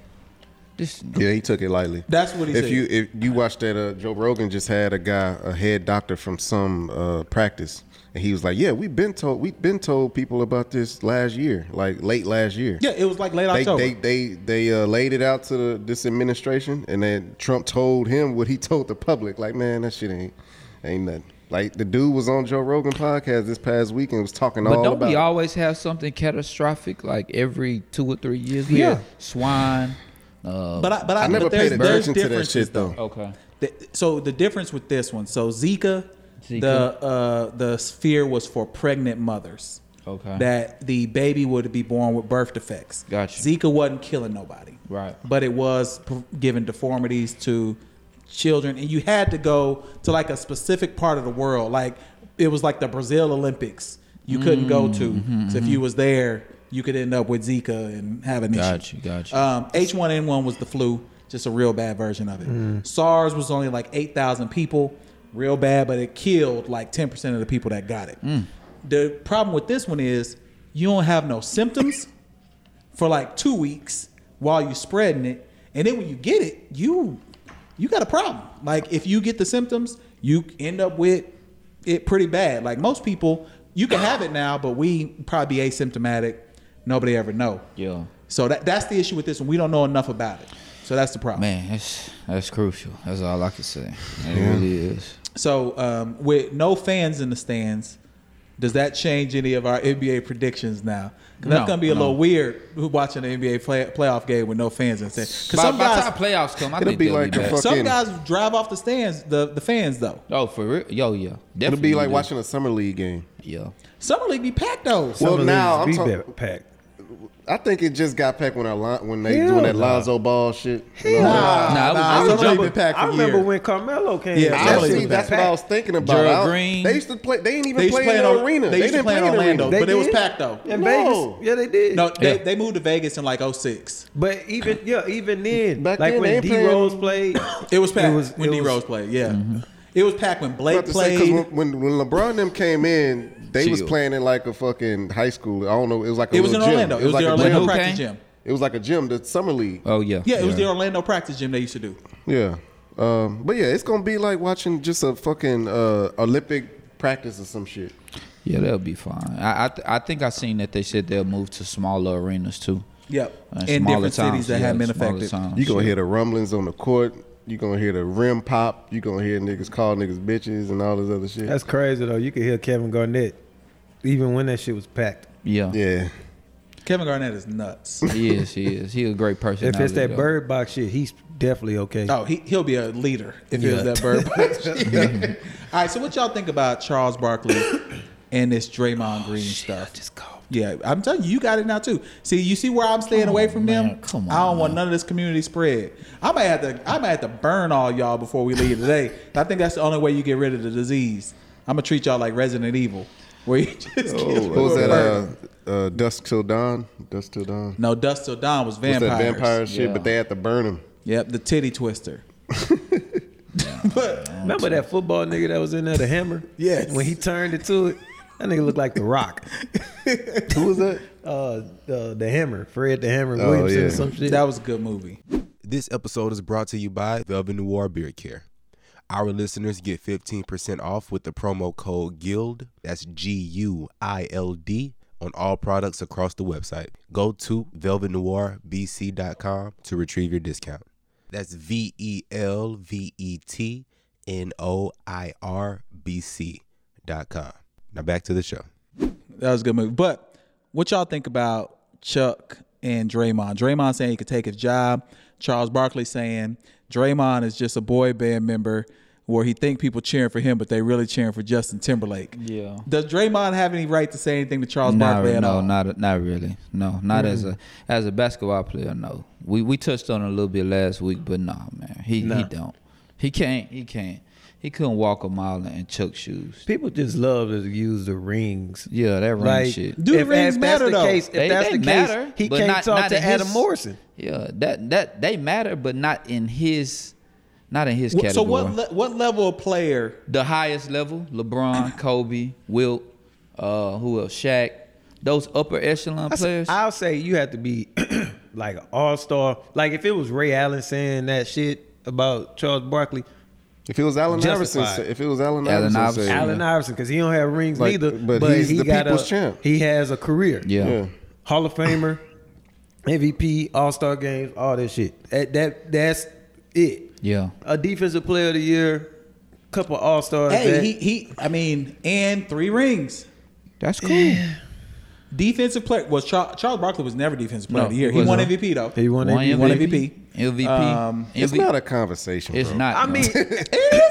Speaker 2: This-
Speaker 4: Yeah, he took it lightly.
Speaker 6: That's what he
Speaker 4: if
Speaker 6: said.
Speaker 4: you if you watched that, uh, Joe Rogan just had a guy, a head doctor from some uh, practice, and he was like, "Yeah, we've been told we've been told people about this last year, like late last year."
Speaker 6: Yeah, it was like late
Speaker 4: They,
Speaker 6: October.
Speaker 4: they they they uh, laid it out to the, this administration, and then Trump told him what he [LAUGHS] told the public. Like, man, that shit ain't ain't nothing. Like the dude was on Joe Rogan podcast this past weekend, was talking
Speaker 2: But
Speaker 4: all
Speaker 2: don't
Speaker 4: about.
Speaker 2: we
Speaker 4: it.
Speaker 2: always have something catastrophic like every two or three years? We
Speaker 6: Yeah.
Speaker 2: have swine. Uh,
Speaker 6: but I, but I,
Speaker 4: I never
Speaker 6: but there's-
Speaker 4: paid
Speaker 6: there's
Speaker 4: attention to that
Speaker 6: differences,
Speaker 4: shit though.
Speaker 2: okay.
Speaker 6: The- so the difference with this one, so Zika,
Speaker 2: Zika.
Speaker 6: the uh, the fear was for pregnant mothers.
Speaker 2: Okay.
Speaker 6: That the baby would be born with birth defects.
Speaker 2: Gotcha.
Speaker 6: Zika wasn't killing nobody.
Speaker 2: Right.
Speaker 6: But it was p- giving deformities to children, and you had to go to like a specific part of the world. Like it was like the Brazil Olympics. You couldn't go to.
Speaker 2: Mm-hmm.
Speaker 6: so if you was there, you could end up with Zika and have an
Speaker 2: Got
Speaker 6: issue.
Speaker 2: you, got you.
Speaker 6: Um, H1N1 was the flu, just a real bad version of it. SARS was only like 8,000 people, real bad, but it killed like 10% of the people that got it. The problem with this one is you don't have no symptoms for like two weeks while you spreading it, and then when you get it, you you got a problem. Like if you get the symptoms, you end up with it pretty bad. Like most people, you can have it now, but we probably be asymptomatic. Nobody ever know.
Speaker 2: Yeah.
Speaker 6: So that that's the issue with this one. We don't know enough about it. So that's the problem.
Speaker 2: Man, that's that's crucial. That's all I can say. It really is.
Speaker 6: So um, with no fans in the stands, does that change any of our NBA predictions now? 'Cause that's
Speaker 2: No,
Speaker 6: gonna be a
Speaker 2: no.
Speaker 6: little weird who watching the NBA play, playoff game with no fans in the stands. Because
Speaker 2: By,
Speaker 6: some
Speaker 2: by the
Speaker 6: guys,
Speaker 2: time playoffs come, I
Speaker 4: It'll
Speaker 2: think
Speaker 4: be
Speaker 2: they'll
Speaker 4: like the
Speaker 2: back.
Speaker 4: fuck-
Speaker 6: some
Speaker 4: fucking-
Speaker 6: guys drive off the stands, the the fans though.
Speaker 2: Oh, for real? Yo, yeah. Definitely
Speaker 4: It'll be like
Speaker 2: do.
Speaker 4: watching a summer league game.
Speaker 2: Yeah.
Speaker 6: Summer league be packed though.
Speaker 4: Well, now I'm
Speaker 3: be
Speaker 4: talking-
Speaker 3: back- packed.
Speaker 4: I think it just got packed when I lon- when they
Speaker 3: Hell
Speaker 4: doing that
Speaker 3: nah.
Speaker 4: Lonzo Ball shit.
Speaker 2: nah, nah,
Speaker 4: I
Speaker 2: it was
Speaker 4: was
Speaker 2: just
Speaker 4: been packed for
Speaker 3: I remember
Speaker 4: years.
Speaker 3: when Carmelo came.
Speaker 6: Yeah,
Speaker 3: out.
Speaker 6: I
Speaker 4: Actually,
Speaker 6: believe it.
Speaker 4: that's what I was thinking about.
Speaker 2: Gerald
Speaker 4: I don't-
Speaker 2: Green.
Speaker 4: They used to play. They didn't even
Speaker 6: They used
Speaker 4: play
Speaker 6: to play
Speaker 4: in
Speaker 6: in
Speaker 4: the
Speaker 6: Or-
Speaker 4: arena.
Speaker 6: they used to
Speaker 4: didn't
Speaker 6: play in
Speaker 4: the
Speaker 6: Orlando.
Speaker 4: arena.
Speaker 6: But it was packed, though.
Speaker 3: In
Speaker 4: No.
Speaker 3: Vegas, yeah, they did.
Speaker 6: No, they,
Speaker 2: Yeah.
Speaker 6: they moved to Vegas in like 06.
Speaker 3: but even yeah, even then,
Speaker 4: Back
Speaker 3: like
Speaker 4: then, they
Speaker 3: when
Speaker 4: ain't
Speaker 3: D
Speaker 4: playing-
Speaker 3: Rose played,
Speaker 6: [COUGHS] It was packed
Speaker 3: It was-
Speaker 6: when
Speaker 3: it
Speaker 6: D
Speaker 3: was-
Speaker 6: Rose played. Yeah, it was packed when
Speaker 4: I
Speaker 6: Blake
Speaker 4: was about to say, 'cause
Speaker 6: played.
Speaker 4: when, when when LeBron them came in, they was
Speaker 2: Chill.
Speaker 4: playing in like a fucking high school. I don't know. It was like a
Speaker 6: It was in
Speaker 4: little gym.
Speaker 6: Orlando. It was
Speaker 4: like
Speaker 6: the
Speaker 4: a
Speaker 6: Orlando
Speaker 4: gym.
Speaker 2: Okay.
Speaker 6: practice Uh. gym.
Speaker 4: It was like a gym. The summer league.
Speaker 2: Oh, yeah.
Speaker 6: Yeah, it was the Orlando practice gym they used to do.
Speaker 4: Yeah. Um, but yeah, it's gonna be like watching just a fucking uh, Olympic practice or some shit.
Speaker 2: Yeah, they'll be fine. I I, th- I think I seen that they said they'll move to smaller arenas too.
Speaker 6: Yep.
Speaker 2: And
Speaker 6: in
Speaker 2: Uh, smaller
Speaker 6: different cities
Speaker 2: towns,
Speaker 6: that
Speaker 2: yeah,
Speaker 6: have been
Speaker 2: smaller
Speaker 6: affected.
Speaker 2: towns.
Speaker 4: You gonna hear the rumblings on the court. You gonna hear the rim pop. You gonna hear niggas call niggas bitches and all this other shit.
Speaker 3: That's crazy though. You could hear Kevin Garnett, even when that shit was packed.
Speaker 2: Yeah.
Speaker 4: yeah.
Speaker 6: Kevin Garnett
Speaker 2: [LAUGHS]
Speaker 6: is nuts.
Speaker 2: He is. He is. He a great person.
Speaker 3: If it's that bird box shit, he's definitely okay.
Speaker 6: Oh, he, he'll be a leader if it was
Speaker 3: Yeah.
Speaker 2: [LAUGHS]
Speaker 6: that bird box. Yeah. [LAUGHS] All right, so what y'all think about Charles Barkley and this
Speaker 2: Oh,
Speaker 6: Draymond Green stuff?
Speaker 2: Just go.
Speaker 6: Yeah, I'm telling you, you got it now too. See, you see where I'm staying away from them.
Speaker 2: man. Come
Speaker 6: I don't
Speaker 2: on,
Speaker 6: want none of this community spread. I might have to, I might have to burn all y'all before we
Speaker 2: [LAUGHS]
Speaker 6: leave today. I think that's the only way you get rid of the disease. I'm gonna treat y'all like Resident Evil, where you [LAUGHS] just kill
Speaker 4: What was that?
Speaker 6: everybody.
Speaker 4: Uh, uh, Dusk till dawn. Dusk till dawn.
Speaker 6: no, Dust Till Dawn was
Speaker 4: What's
Speaker 6: vampires.
Speaker 4: that vampire shit?
Speaker 2: Yeah.
Speaker 4: But they had to burn him.
Speaker 6: Yep, the titty twister.
Speaker 3: Remember that football nigga that was in there, the hammer?
Speaker 6: Yes.
Speaker 3: When he turned it to it, that nigga looked like the
Speaker 6: [LAUGHS]
Speaker 3: Rock.
Speaker 4: Who was that?
Speaker 3: Uh, the, the hammer, Fred the Hammer
Speaker 4: Oh,
Speaker 3: Williamson
Speaker 4: yeah.
Speaker 3: or some shit.
Speaker 6: That was a good movie.
Speaker 1: This episode is brought to you by Velvet Noir Beard Care. Our listeners get 15% off with the promo code GUILD, that's G U I L D, on all products across the website. Go to velvetnoirbc.com to retrieve your discount. That's V E L V E T N O I R B C.com. Now back to the show.
Speaker 6: That was a good move. But what y'all think about Chuck and Draymond? Draymond saying he could take his job. Charles Barkley saying Draymond is just a boy band member where he think people cheering for him, but they really cheering for Justin Timberlake.
Speaker 2: Yeah.
Speaker 6: Does Draymond have any right to say anything to Charles
Speaker 2: Not,
Speaker 6: Barkley at
Speaker 2: no,
Speaker 6: all?
Speaker 2: not not really. No, not as a as a basketball player. No, we we touched on it a little bit last week, but nah, man, he he don't. He can't. He can't. He couldn't walk a mile in Chuck's shoes.
Speaker 3: People just love to use the rings.
Speaker 2: Yeah, that ring
Speaker 3: Like,
Speaker 2: shit.
Speaker 6: Do the rings matter,
Speaker 3: that's the
Speaker 6: though?
Speaker 3: Case, if
Speaker 2: They-
Speaker 3: that's
Speaker 2: they
Speaker 3: the
Speaker 2: matter,
Speaker 3: case, he
Speaker 2: but
Speaker 3: can't
Speaker 2: not-
Speaker 3: talk
Speaker 2: not
Speaker 3: to
Speaker 2: in
Speaker 3: Adam
Speaker 2: his-
Speaker 3: Morrison.
Speaker 2: Yeah, that that they matter, but not in his, not in his category.
Speaker 6: so what le- what level of player?
Speaker 2: the highest level,
Speaker 3: [CLEARS THROAT]
Speaker 2: LeBron, Kobe, Wilt, uh, who else? Shaq. Those upper echelon
Speaker 3: I s-
Speaker 2: players.
Speaker 3: I'll say you have to be [CLEARS THROAT] like an all star. Like if it was Ray Allen saying that shit about Charles Barkley,
Speaker 4: If it was Allen Iverson,
Speaker 3: Justified.
Speaker 4: say- if it was Allen,
Speaker 2: Allen
Speaker 4: Iverson, say-
Speaker 2: Iverson.
Speaker 3: Allen Iverson, because he don't have rings
Speaker 4: Like,
Speaker 3: neither.
Speaker 4: but
Speaker 3: But,
Speaker 4: he's
Speaker 3: he
Speaker 4: the
Speaker 3: got
Speaker 4: people's
Speaker 3: a,
Speaker 4: champ.
Speaker 3: He has a career.
Speaker 2: yeah.
Speaker 4: yeah.
Speaker 3: Hall of Famer, MVP, All Star games, all that shit. That, that that's it.
Speaker 2: Yeah.
Speaker 3: A defensive player of the year, couple All Stars.
Speaker 6: Hey, he, he I mean, and three rings.
Speaker 2: That's cool.
Speaker 6: Defensive player was Charles, Charles Barkley was never defensive player
Speaker 2: No,
Speaker 6: of the year.
Speaker 2: he
Speaker 6: He won
Speaker 2: wasn't.
Speaker 6: MVP though.
Speaker 3: He won MVP.
Speaker 6: One MVP.
Speaker 2: MVP.
Speaker 6: Um,
Speaker 4: It's
Speaker 2: MVP.
Speaker 4: not a conversation.
Speaker 2: It's
Speaker 4: bro.
Speaker 2: not.
Speaker 3: I
Speaker 2: no. [LAUGHS]
Speaker 3: mean,
Speaker 6: It is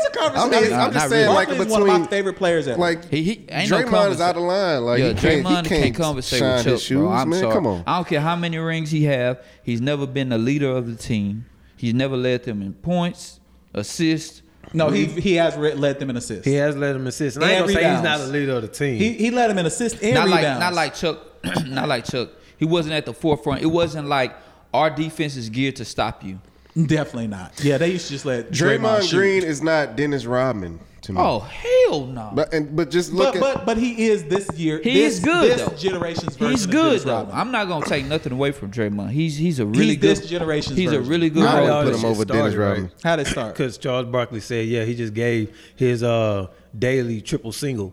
Speaker 6: a conversation.
Speaker 4: I mean,
Speaker 2: Nah,
Speaker 4: I'm
Speaker 2: not
Speaker 4: just saying,
Speaker 2: really.
Speaker 4: like
Speaker 6: Barkley
Speaker 4: between
Speaker 6: is one of my favorite players ever.
Speaker 4: Like
Speaker 2: He, he ain't no
Speaker 4: Draymond is
Speaker 2: conversa-
Speaker 4: out of line. Like
Speaker 2: yeah,
Speaker 4: he can't,
Speaker 2: Draymond
Speaker 4: he
Speaker 2: can't
Speaker 4: can't
Speaker 2: conversate
Speaker 4: shine
Speaker 2: with Chuck,
Speaker 4: his shoes,
Speaker 2: bro. I'm
Speaker 4: man.
Speaker 2: sorry.
Speaker 4: Come on.
Speaker 2: I don't care how many rings he have. He's never been the leader of the team. He's never led them in points, assists.
Speaker 6: No, he he has re- led them in assists.
Speaker 3: he has let him assist. And I ain't
Speaker 6: And
Speaker 3: gonna say he's not
Speaker 6: rebounds.
Speaker 3: a leader of the team.
Speaker 6: He he led them in assists and
Speaker 2: not
Speaker 6: rebounds.
Speaker 2: like not like Chuck, [CLEARS THROAT] not like Chuck. He wasn't at the forefront. It wasn't like our defense is geared to stop you.
Speaker 6: definitely not. Yeah, they used to just let Draymond,
Speaker 4: Draymond,
Speaker 6: shoot.
Speaker 4: Green is not Dennis Rodman to me.
Speaker 2: Oh hell no!
Speaker 4: Hmm. But and but just look
Speaker 6: But,
Speaker 4: at
Speaker 6: but but he is this year.
Speaker 2: he
Speaker 6: this,
Speaker 2: is good
Speaker 6: This
Speaker 2: though.
Speaker 6: generation's version.
Speaker 2: He's
Speaker 6: of
Speaker 2: good
Speaker 6: Dennis
Speaker 2: though.
Speaker 6: Rodman.
Speaker 2: I'm not gonna take nothing away from Draymond. He's he's a really
Speaker 6: He's
Speaker 2: good.
Speaker 6: this generation's
Speaker 2: He's a
Speaker 6: version.
Speaker 2: really good.
Speaker 4: I
Speaker 2: role
Speaker 4: would
Speaker 3: all
Speaker 2: player.
Speaker 4: put
Speaker 3: this
Speaker 4: him
Speaker 3: shit
Speaker 4: over
Speaker 3: started,
Speaker 4: Dennis Rodman.
Speaker 3: right?
Speaker 6: How did it start?
Speaker 3: Because Charles Barkley said, yeah, he just gave his uh, daily triple single.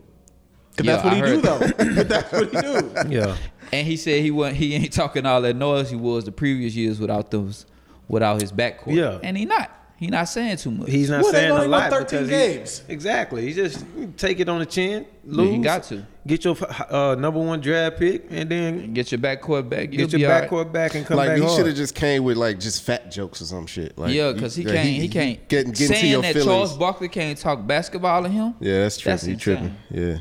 Speaker 6: 'Cause
Speaker 2: Yeah,
Speaker 6: that's what
Speaker 2: I
Speaker 6: he do
Speaker 2: heard
Speaker 6: though. [LAUGHS] But that's what he do.
Speaker 3: Yeah.
Speaker 2: [LAUGHS] And he said he wasn't. He ain't talking all that noise he was the previous years without those, without his backcourt.
Speaker 3: Yeah.
Speaker 2: and he not. He not saying too much.
Speaker 3: He's not
Speaker 6: Well, they
Speaker 3: saying
Speaker 6: only
Speaker 3: a
Speaker 6: won
Speaker 3: lot
Speaker 6: 13
Speaker 3: because
Speaker 6: games.
Speaker 3: He, exactly. He just you take it on the chin,
Speaker 2: you
Speaker 3: lose.
Speaker 2: got to.
Speaker 3: Get your uh, number one draft pick and then
Speaker 2: get your backcourt back. You'll
Speaker 3: get
Speaker 2: be
Speaker 3: your
Speaker 2: all right.
Speaker 3: backcourt back and come
Speaker 4: like
Speaker 3: back
Speaker 4: he should
Speaker 3: hard.
Speaker 4: have just came with like just fat jokes or some shit. Like
Speaker 2: yeah, because he
Speaker 4: yeah,
Speaker 2: can't. He, can't.
Speaker 4: Getting, getting
Speaker 2: saying
Speaker 4: to your
Speaker 2: that
Speaker 4: feelings.
Speaker 2: Charles Barkley can't talk basketball to him.
Speaker 4: yeah, that's tripping.
Speaker 2: That's
Speaker 4: he tripping. Yeah.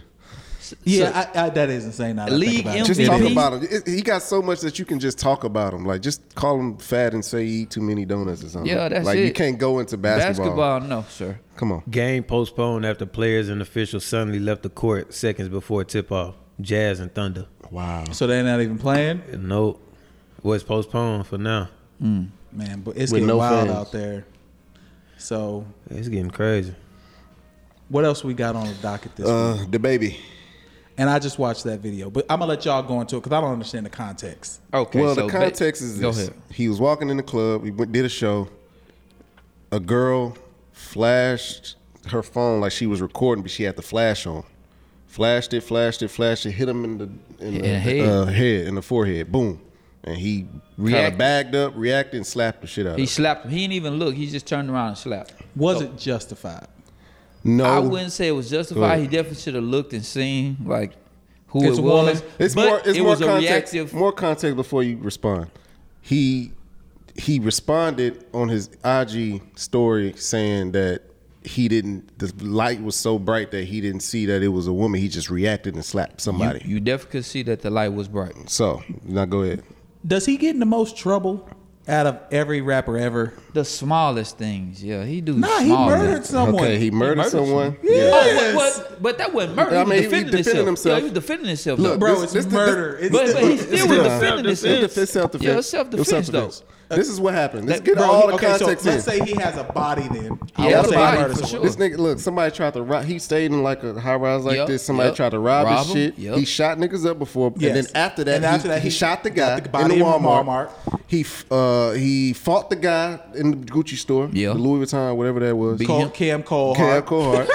Speaker 6: Yeah, I, I, that is insane. Now that I think
Speaker 2: League
Speaker 6: about it.
Speaker 2: MVP.
Speaker 4: Just
Speaker 2: Yeah.
Speaker 4: talk
Speaker 2: He-
Speaker 4: about him. It- he got so much that you can just talk about him. Like just call him fat and say he eat too many donuts or something.
Speaker 2: Yeah, that's
Speaker 4: like you
Speaker 2: it.
Speaker 4: can't go into basketball.
Speaker 2: Basketball, no, sir.
Speaker 4: Come on.
Speaker 3: Game postponed after players and officials suddenly left the court seconds before tip off. Jazz and Thunder.
Speaker 4: Wow.
Speaker 6: So they're not even playing,
Speaker 3: Nope. Was postponed for now.
Speaker 6: man. But it's
Speaker 4: With
Speaker 6: getting
Speaker 4: no
Speaker 6: wild
Speaker 4: fans.
Speaker 6: out there. So
Speaker 3: It's getting crazy.
Speaker 6: what else we got on the docket this week?
Speaker 4: Uh, the baby.
Speaker 6: And I just watched that video, but I'm gonna let y'all go into it because I don't understand the context.
Speaker 2: Okay.
Speaker 4: well,
Speaker 2: so
Speaker 4: the
Speaker 2: ba-
Speaker 4: context is
Speaker 2: Go
Speaker 4: this.
Speaker 2: ahead.
Speaker 4: He was walking in the club. He went, did a show. A girl flashed her phone like she was recording, but she had the flash on. Flashed it, flashed it, flashed it. Hit him in the in
Speaker 2: In
Speaker 4: the
Speaker 2: the head.
Speaker 4: Uh, head, in the forehead. Boom. and he kind of
Speaker 2: Reacted.
Speaker 4: bagged up, reacted, and slapped the shit out
Speaker 2: He
Speaker 4: of him.
Speaker 2: slapped him. He didn't even look. He just turned around and slapped. him.
Speaker 6: Was it justified?
Speaker 4: No,
Speaker 2: I wouldn't say it was justified.
Speaker 4: ahead.
Speaker 2: He definitely should have looked and seen like who
Speaker 6: It's
Speaker 2: it
Speaker 6: a woman.
Speaker 2: was.
Speaker 4: It's
Speaker 2: but
Speaker 4: more. It's
Speaker 2: it
Speaker 4: more
Speaker 2: was a
Speaker 4: context.
Speaker 2: reactive.
Speaker 4: More context before you respond. He he responded on his IG story saying that he didn't. The light was so bright that he didn't see that it was a woman. He just reacted and slapped somebody.
Speaker 2: You definitely could see that the light was bright.
Speaker 4: so now go ahead.
Speaker 6: Does he get in the most trouble out of every rapper ever?
Speaker 2: The smallest things, yeah. He do.
Speaker 6: Nah, he
Speaker 2: small
Speaker 6: murdered
Speaker 2: things.
Speaker 6: someone.
Speaker 4: Okay, he murdered,
Speaker 2: murdered
Speaker 4: someone.
Speaker 2: Oh,
Speaker 4: Yeah.
Speaker 2: what, what- but that wasn't murder.
Speaker 4: I mean,
Speaker 2: he
Speaker 4: he
Speaker 2: was defending, himself.
Speaker 4: defended himself.
Speaker 2: Yeah, he was defending himself.
Speaker 4: Look,
Speaker 2: though.
Speaker 6: Bro,
Speaker 4: This-
Speaker 6: it's
Speaker 4: this- this-
Speaker 6: murder. it's
Speaker 2: but, but he
Speaker 6: still-
Speaker 2: still was defending
Speaker 4: It's
Speaker 2: himself.
Speaker 4: self- It's self defense.
Speaker 2: Yeah, it's self-defense,
Speaker 4: This is what happened. Let's
Speaker 2: That-
Speaker 4: get
Speaker 6: Bro,
Speaker 4: all the
Speaker 6: okay,
Speaker 4: context
Speaker 6: so
Speaker 4: in.
Speaker 6: let's say he has a body then.
Speaker 2: He
Speaker 6: I
Speaker 2: has
Speaker 6: would
Speaker 2: a
Speaker 6: say
Speaker 2: body,
Speaker 6: murdered
Speaker 2: for
Speaker 6: someone.
Speaker 2: sure.
Speaker 4: This nigga, look, somebody tried to rob. He stayed in like a high rise like
Speaker 2: Yep,
Speaker 4: this. Somebody
Speaker 2: yep.
Speaker 4: tried to rob,
Speaker 2: Rob
Speaker 4: his
Speaker 2: him,
Speaker 4: shit.
Speaker 2: yep.
Speaker 4: He shot niggas up before,
Speaker 6: Yes.
Speaker 4: and then after that,
Speaker 6: And
Speaker 4: he,
Speaker 6: after that,
Speaker 4: he,
Speaker 6: he
Speaker 4: shot the guy
Speaker 6: got the body
Speaker 4: in the
Speaker 6: from Walmart.
Speaker 4: Walmart. He f- uh, he fought the guy in the Gucci store,
Speaker 2: Yeah.
Speaker 4: the Louis Vuitton, whatever that was.
Speaker 6: Cole- Cam Cole. Hart. [LAUGHS]
Speaker 4: Cab Cohart.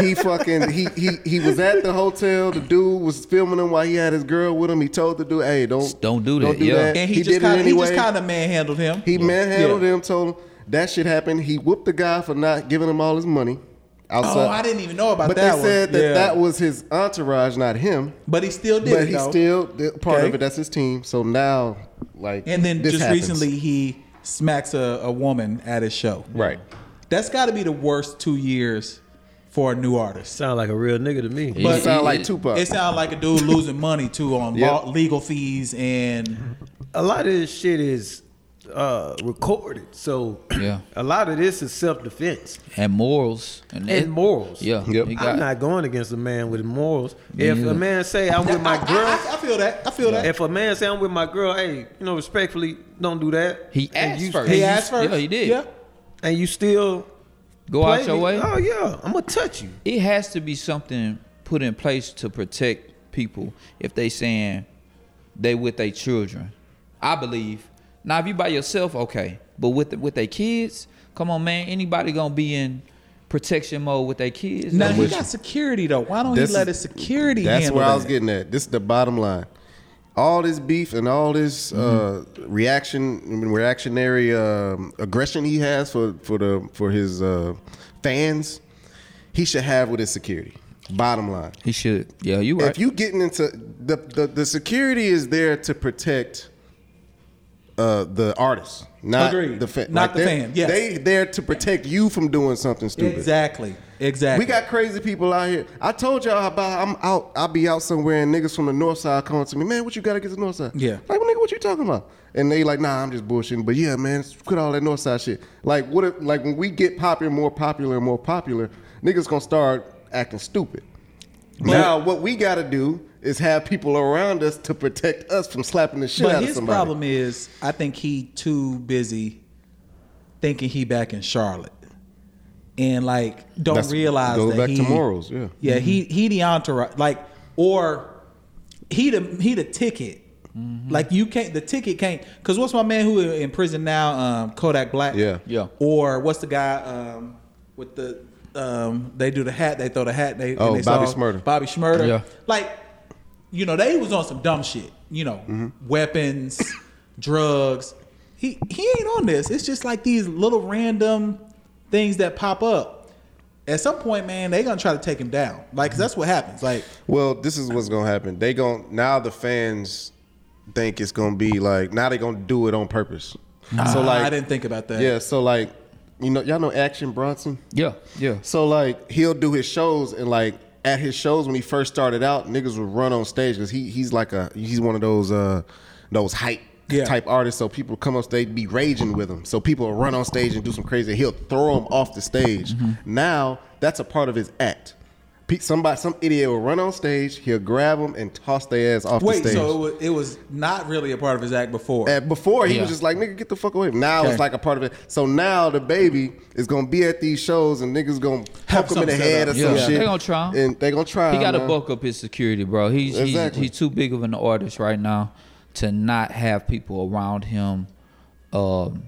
Speaker 4: He fucking he he he was at the hotel. The dude was filming him while he had his girl with him. He told the dude, "Hey, don't
Speaker 2: Don't do that, yeah.
Speaker 6: And he, just kind of he just kind of manhandled him.
Speaker 4: He manhandled
Speaker 6: Yeah.
Speaker 4: him, told him that shit happened. He whooped the guy for not giving him all his money. Outside.
Speaker 6: Oh, I didn't even know about
Speaker 4: But
Speaker 6: that
Speaker 4: they said
Speaker 6: one.
Speaker 4: that
Speaker 6: Yeah.
Speaker 4: that was his entourage, not him.
Speaker 6: But he still did
Speaker 4: But
Speaker 6: it
Speaker 4: he
Speaker 6: though.
Speaker 4: still the- part
Speaker 6: Okay.
Speaker 4: of it. That's his team. So now, like,
Speaker 6: and then
Speaker 4: this
Speaker 6: just
Speaker 4: happens.
Speaker 6: recently he smacks a, a woman at his show.
Speaker 4: right?
Speaker 6: That's got to be the worst two years for a new artist.
Speaker 3: Sound like a real nigga to me.
Speaker 4: But it sound like
Speaker 2: it-
Speaker 4: Tupac.
Speaker 6: It sounds like a dude losing money too on
Speaker 4: Yep.
Speaker 6: law, legal fees and
Speaker 3: a lot of this shit is uh recorded so
Speaker 2: Yeah.
Speaker 3: a lot of this is self-defense
Speaker 2: and morals and,
Speaker 3: and morals
Speaker 2: Yeah,
Speaker 4: Yep.
Speaker 2: he got-
Speaker 3: i'm not going against a man with morals
Speaker 2: Me
Speaker 3: if
Speaker 2: neither.
Speaker 3: a man say i'm with my
Speaker 6: I-
Speaker 2: [LAUGHS]
Speaker 6: I-
Speaker 3: girl
Speaker 6: I, I feel that. I feel that.
Speaker 3: if a man say i'm with my girl hey you know respectfully don't do that
Speaker 2: He
Speaker 3: And
Speaker 2: asked
Speaker 3: you-
Speaker 2: first.
Speaker 3: and
Speaker 6: He
Speaker 3: you-
Speaker 6: asked first.
Speaker 2: yeah, he did.
Speaker 6: Yeah.
Speaker 3: and you still
Speaker 2: go
Speaker 3: play
Speaker 2: out your
Speaker 3: me?
Speaker 2: way.
Speaker 3: oh yeah i'm gonna touch you
Speaker 2: It has to be something put in place to protect people if they saying they with their children. I believe. Now, if you by yourself, okay, but with with their kids, come on, man. Anybody gonna be in protection mode with their kids?
Speaker 6: Now
Speaker 2: Like,
Speaker 6: he got security though. Why don't
Speaker 4: This
Speaker 6: Oh, he let his
Speaker 4: is-
Speaker 6: security?
Speaker 4: That's
Speaker 6: handle
Speaker 4: where I was
Speaker 6: that?
Speaker 4: getting at. This is the bottom line. All this beef and all this uh,
Speaker 6: Mm-hmm.
Speaker 4: reaction, I mean, reactionary um, aggression he has for for the for his uh, fans, he should have with his security. Bottom line.
Speaker 2: he should. Yeah, you right.
Speaker 4: If you getting into the, the the security is there to protect uh the artist, not
Speaker 6: Agreed.
Speaker 4: the fan.
Speaker 6: Not the fan, yes.
Speaker 4: they there to protect you from doing something stupid.
Speaker 6: Exactly. Exactly.
Speaker 4: We got crazy people out here. I told y'all about I'm out. I'll be out somewhere and niggas from the north side come to me, man. What you got against the north side?
Speaker 6: Yeah.
Speaker 4: Like, well, nigga, what you talking about? And they like, nah, I'm just bullshitting. But yeah, man, quit all that north side shit. Like, what? If, like when we get popular, more popular, and more popular, niggas gonna start acting stupid. now, what we gotta do is have people around us to protect us from slapping the shit
Speaker 6: But
Speaker 4: out
Speaker 6: his
Speaker 4: of somebody.
Speaker 6: problem is, I think he too busy thinking he back in Charlotte, and like don't
Speaker 4: That's-
Speaker 6: realize
Speaker 4: goes
Speaker 6: that
Speaker 4: back
Speaker 6: he,
Speaker 4: to morals, yeah.
Speaker 6: yeah. He he the entourage, like or he the he the ticket. Like you can't the ticket can't because what's my man who in in prison now? Um, Kodak Black.
Speaker 4: Yeah.
Speaker 2: Yeah.
Speaker 6: Or what's the guy um, with the um, they do the hat? They throw the hat. They
Speaker 4: Oh,
Speaker 6: and they
Speaker 4: Bobby
Speaker 6: saw
Speaker 4: Shmurda.
Speaker 6: Bobby Schmurder.
Speaker 2: Yeah.
Speaker 6: Like you know, they was on some dumb shit. You know,
Speaker 4: Mm-hmm.
Speaker 6: weapons, drugs. He he ain't on this. It's just like these little random things that pop up. At some point, man, they gonna try to take him down. Like 'cause that's what happens. Like
Speaker 4: Well, this is what's gonna happen. They gon' now the fans think it's gonna be like now they gonna do it on purpose. so
Speaker 6: ah,
Speaker 4: like
Speaker 6: I didn't think about that.
Speaker 4: yeah, so like you know y'all know Action Bronson.
Speaker 2: yeah, yeah.
Speaker 4: So like he'll do his shows and like at his shows when he first started out, niggas would run on stage because he he's like a he's one of those uh those hype
Speaker 6: Yeah.
Speaker 4: type artists. So people come on stage be raging with him. So people will run on stage and do some crazy. He'll throw him off the stage.
Speaker 6: Mm-hmm.
Speaker 4: Now that's a part of his act. Pe- Somebody, some idiot will run on stage. He'll grab him and toss their ass off
Speaker 6: Wait,
Speaker 4: the stage.
Speaker 6: so it was, it was not really a part of his act before.
Speaker 4: And before he
Speaker 2: Yeah.
Speaker 4: was just like, nigga, get the fuck away. Now
Speaker 6: Okay.
Speaker 4: it's like a part of it. So now the baby is gonna be at these shows and niggas gonna
Speaker 6: Have
Speaker 4: poke him in the
Speaker 6: something set
Speaker 4: head or
Speaker 6: up.
Speaker 4: some
Speaker 2: Yeah.
Speaker 4: shit.
Speaker 2: They gonna try him.
Speaker 4: And they gonna try.
Speaker 2: He got to
Speaker 4: man.
Speaker 2: bulk up his security, bro. He's,
Speaker 4: Exactly.
Speaker 2: he's he's too big of an artist right now to not have people around him um,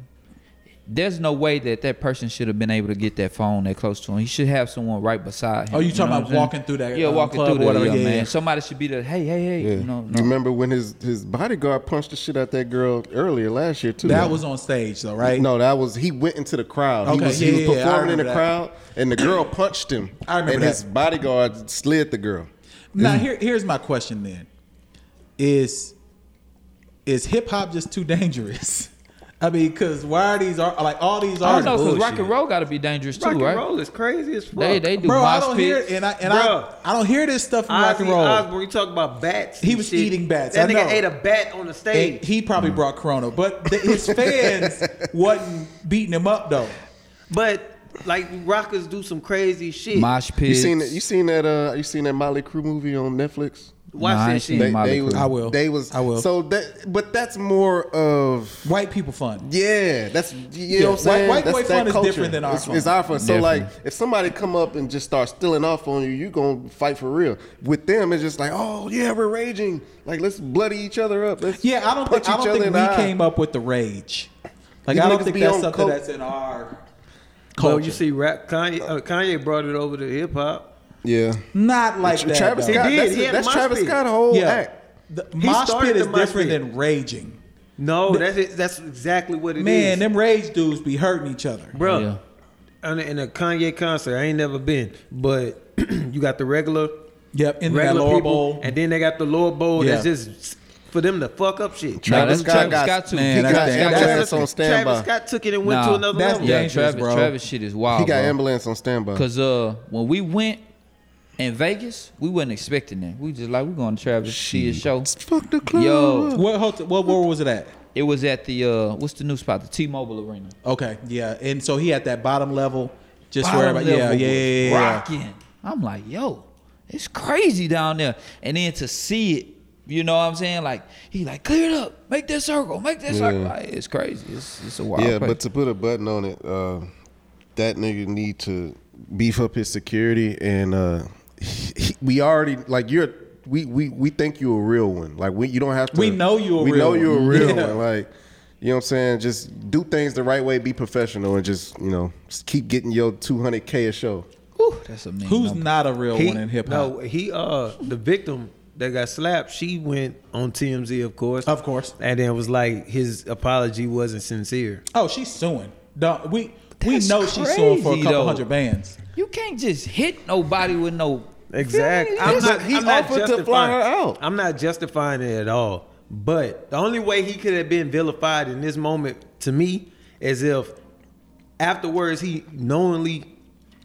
Speaker 2: there's no way that that person should have been able to get that phone that close to him. He should have someone right beside him.
Speaker 6: Oh, you
Speaker 2: know
Speaker 6: talking
Speaker 2: what
Speaker 6: about
Speaker 2: I'm saying?
Speaker 6: walking through that,
Speaker 2: Yeah,
Speaker 6: um,
Speaker 2: walking
Speaker 6: club
Speaker 2: through
Speaker 6: or
Speaker 2: that,
Speaker 6: whatever,
Speaker 2: yeah,
Speaker 6: yeah,
Speaker 2: man.
Speaker 6: yeah.
Speaker 2: Somebody should be there. Hey, hey, hey.
Speaker 4: Yeah.
Speaker 2: You know, no.
Speaker 4: You remember when his his bodyguard punched the shit out that girl earlier last year too?
Speaker 6: That was on stage though, right?
Speaker 4: No, that was he went into the crowd. he
Speaker 6: Okay,
Speaker 4: was,
Speaker 6: yeah,
Speaker 4: he was
Speaker 6: yeah, yeah, I
Speaker 4: performing in
Speaker 6: remember
Speaker 4: the
Speaker 6: that.
Speaker 4: crowd, and the girl punched him.
Speaker 6: I remember
Speaker 4: And
Speaker 6: that.
Speaker 4: his bodyguard slid the girl.
Speaker 6: Now
Speaker 4: Mm-hmm.
Speaker 6: here, here's my question then: Is is hip hop just too dangerous? [LAUGHS] I mean, because why are these ar- like all these
Speaker 2: I don't
Speaker 6: artists?
Speaker 2: know because rock
Speaker 6: bullshit?
Speaker 2: and roll got to be dangerous too,
Speaker 3: Rock and
Speaker 2: right?
Speaker 3: roll is crazy as fuck.
Speaker 2: They they do
Speaker 6: bro, I
Speaker 2: mosh
Speaker 6: don't
Speaker 2: pits.
Speaker 6: hear it, and I and
Speaker 3: Bruh.
Speaker 6: I, I don't hear this stuff in rock and roll.
Speaker 3: we talk about bats.
Speaker 6: He
Speaker 3: and
Speaker 6: was
Speaker 3: shit.
Speaker 6: eating bats,
Speaker 3: That
Speaker 6: I
Speaker 3: nigga
Speaker 6: know.
Speaker 3: ate a bat on the
Speaker 6: And
Speaker 3: stage.
Speaker 6: he
Speaker 4: Mm.
Speaker 6: probably brought Corona, but the,
Speaker 4: [LAUGHS]
Speaker 6: his fans wasn't beating him up though.
Speaker 3: But like rockers do some crazy shit.
Speaker 2: mosh pits.
Speaker 4: You seen that? You seen that? Uh, you seen that Molly Crew movie on Netflix?
Speaker 3: Watch
Speaker 2: Nah, I
Speaker 3: that
Speaker 2: ain't seen
Speaker 3: shit.
Speaker 2: it. Motley
Speaker 4: was,
Speaker 2: Crue.
Speaker 6: I will.
Speaker 4: They was.
Speaker 6: I will.
Speaker 4: So that, but that's more of.
Speaker 6: White people fun.
Speaker 4: Yeah, that's you know what I'm
Speaker 6: Yeah, white-
Speaker 4: saying.
Speaker 6: white
Speaker 4: That's
Speaker 6: boy
Speaker 4: that
Speaker 6: fun is
Speaker 4: culture.
Speaker 6: different than our
Speaker 4: it's,
Speaker 6: fun.
Speaker 4: It's our fun. So
Speaker 2: Definitely.
Speaker 4: like, if somebody come up and just start stealing off on you, you gonna fight for real. With them, it's just like, oh yeah, we're raging. Like let's bloody each other up. Let's
Speaker 6: Yeah, I don't
Speaker 4: punch
Speaker 6: think I
Speaker 4: each
Speaker 6: don't
Speaker 4: other
Speaker 6: think
Speaker 4: in
Speaker 6: we
Speaker 4: the eye.
Speaker 6: came up with the rage. Like
Speaker 4: You
Speaker 6: I don't
Speaker 4: niggas
Speaker 6: think
Speaker 4: be
Speaker 6: that's
Speaker 4: on
Speaker 6: something
Speaker 4: coke.
Speaker 6: that's in our
Speaker 3: Well,
Speaker 6: culture.
Speaker 3: Oh, you see, rap Kanye uh, Kanye brought it over to hip hop.
Speaker 4: Yeah,
Speaker 6: Not like that.
Speaker 4: Travis
Speaker 6: though.
Speaker 4: Scott.
Speaker 3: He did.
Speaker 4: That's,
Speaker 3: He had
Speaker 4: that's
Speaker 3: mosh
Speaker 4: Travis
Speaker 3: pit.
Speaker 4: Scott's whole
Speaker 6: Yeah.
Speaker 4: act.
Speaker 6: The
Speaker 3: He
Speaker 6: mosh
Speaker 3: started
Speaker 6: pit
Speaker 3: the
Speaker 6: is
Speaker 3: mosh
Speaker 6: different
Speaker 3: pit.
Speaker 6: than raging.
Speaker 3: No, that's it. That's exactly what it is.
Speaker 6: Man, them rage dudes be hurting each other.
Speaker 3: bro.
Speaker 2: Yeah.
Speaker 3: In a, in a Kanye concert, I ain't never been, but [CLEARS THROAT] you got the regular,
Speaker 6: Yep, in that
Speaker 3: regular
Speaker 6: lower
Speaker 3: people,
Speaker 6: bowl.
Speaker 3: and then they got the lower bowl that's
Speaker 6: Yeah.
Speaker 3: just for them to fuck up shit.
Speaker 2: Nah, that's
Speaker 4: Travis Scott
Speaker 2: Travis
Speaker 4: got-
Speaker 2: Scott too.
Speaker 6: Man,
Speaker 2: He
Speaker 6: that's
Speaker 2: got-
Speaker 4: the
Speaker 2: Scott-
Speaker 4: That's
Speaker 3: Travis-
Speaker 4: on standby.
Speaker 3: Travis Scott took it and went to
Speaker 2: Nah,
Speaker 3: another
Speaker 6: that's
Speaker 3: level.
Speaker 2: Yeah,
Speaker 6: dangerous,
Speaker 2: Travis,
Speaker 6: bro.
Speaker 2: Travis shit is wild.
Speaker 4: He got
Speaker 2: bro.
Speaker 4: ambulance on standby.
Speaker 2: Cause uh, when we went in Vegas, we wasn't expecting that. We just like we going to Travis to see his show.
Speaker 4: Fuck the club.
Speaker 2: Yo.
Speaker 6: What hotel, what where was it at?
Speaker 2: It was at the uh, what's the new spot? The T-Mobile Arena.
Speaker 6: Okay, yeah. And so he had that bottom level, just
Speaker 2: Bottom
Speaker 6: where about yeah,
Speaker 2: level
Speaker 6: yeah, yeah,
Speaker 2: was
Speaker 6: yeah.
Speaker 2: Rocking. I'm like, yo, it's crazy down there. And then to see it, you know what I'm saying? Like he like clear it up, make that circle, make that circle. Like, it's crazy. It's it's a wild.
Speaker 4: Yeah,
Speaker 2: place.
Speaker 4: but to put a button on it, uh, that nigga need to beef up his security, and uh, he- we already like you're. We, we we think you a real one. Like we, you don't have to.
Speaker 6: We know you a
Speaker 4: we
Speaker 6: real
Speaker 4: know you a
Speaker 6: one. [LAUGHS]
Speaker 4: real
Speaker 6: Yeah.
Speaker 4: one. Like you know what I'm saying. Just do things the right way. Be professional, and just you know just keep getting your 200k a show.
Speaker 2: Whew, that's a mean
Speaker 6: Who's
Speaker 2: number.
Speaker 6: not a real
Speaker 3: He-
Speaker 6: one in hip hop?
Speaker 3: No, he uh the victim that got slapped, she went on TMZ, of course.
Speaker 6: Of course.
Speaker 3: And then it was like his apology wasn't sincere.
Speaker 6: Oh, she's suing. No, we we
Speaker 2: That's
Speaker 6: know she's suing for a
Speaker 2: crazy,
Speaker 6: couple
Speaker 2: though.
Speaker 6: hundred bands.
Speaker 2: You can't just hit nobody with no.
Speaker 3: Exactly.
Speaker 2: I'm
Speaker 4: But he offered to fly her out.
Speaker 3: I'm not justifying it at all. But the only way he could have been vilified in this moment to me is if afterwards he knowingly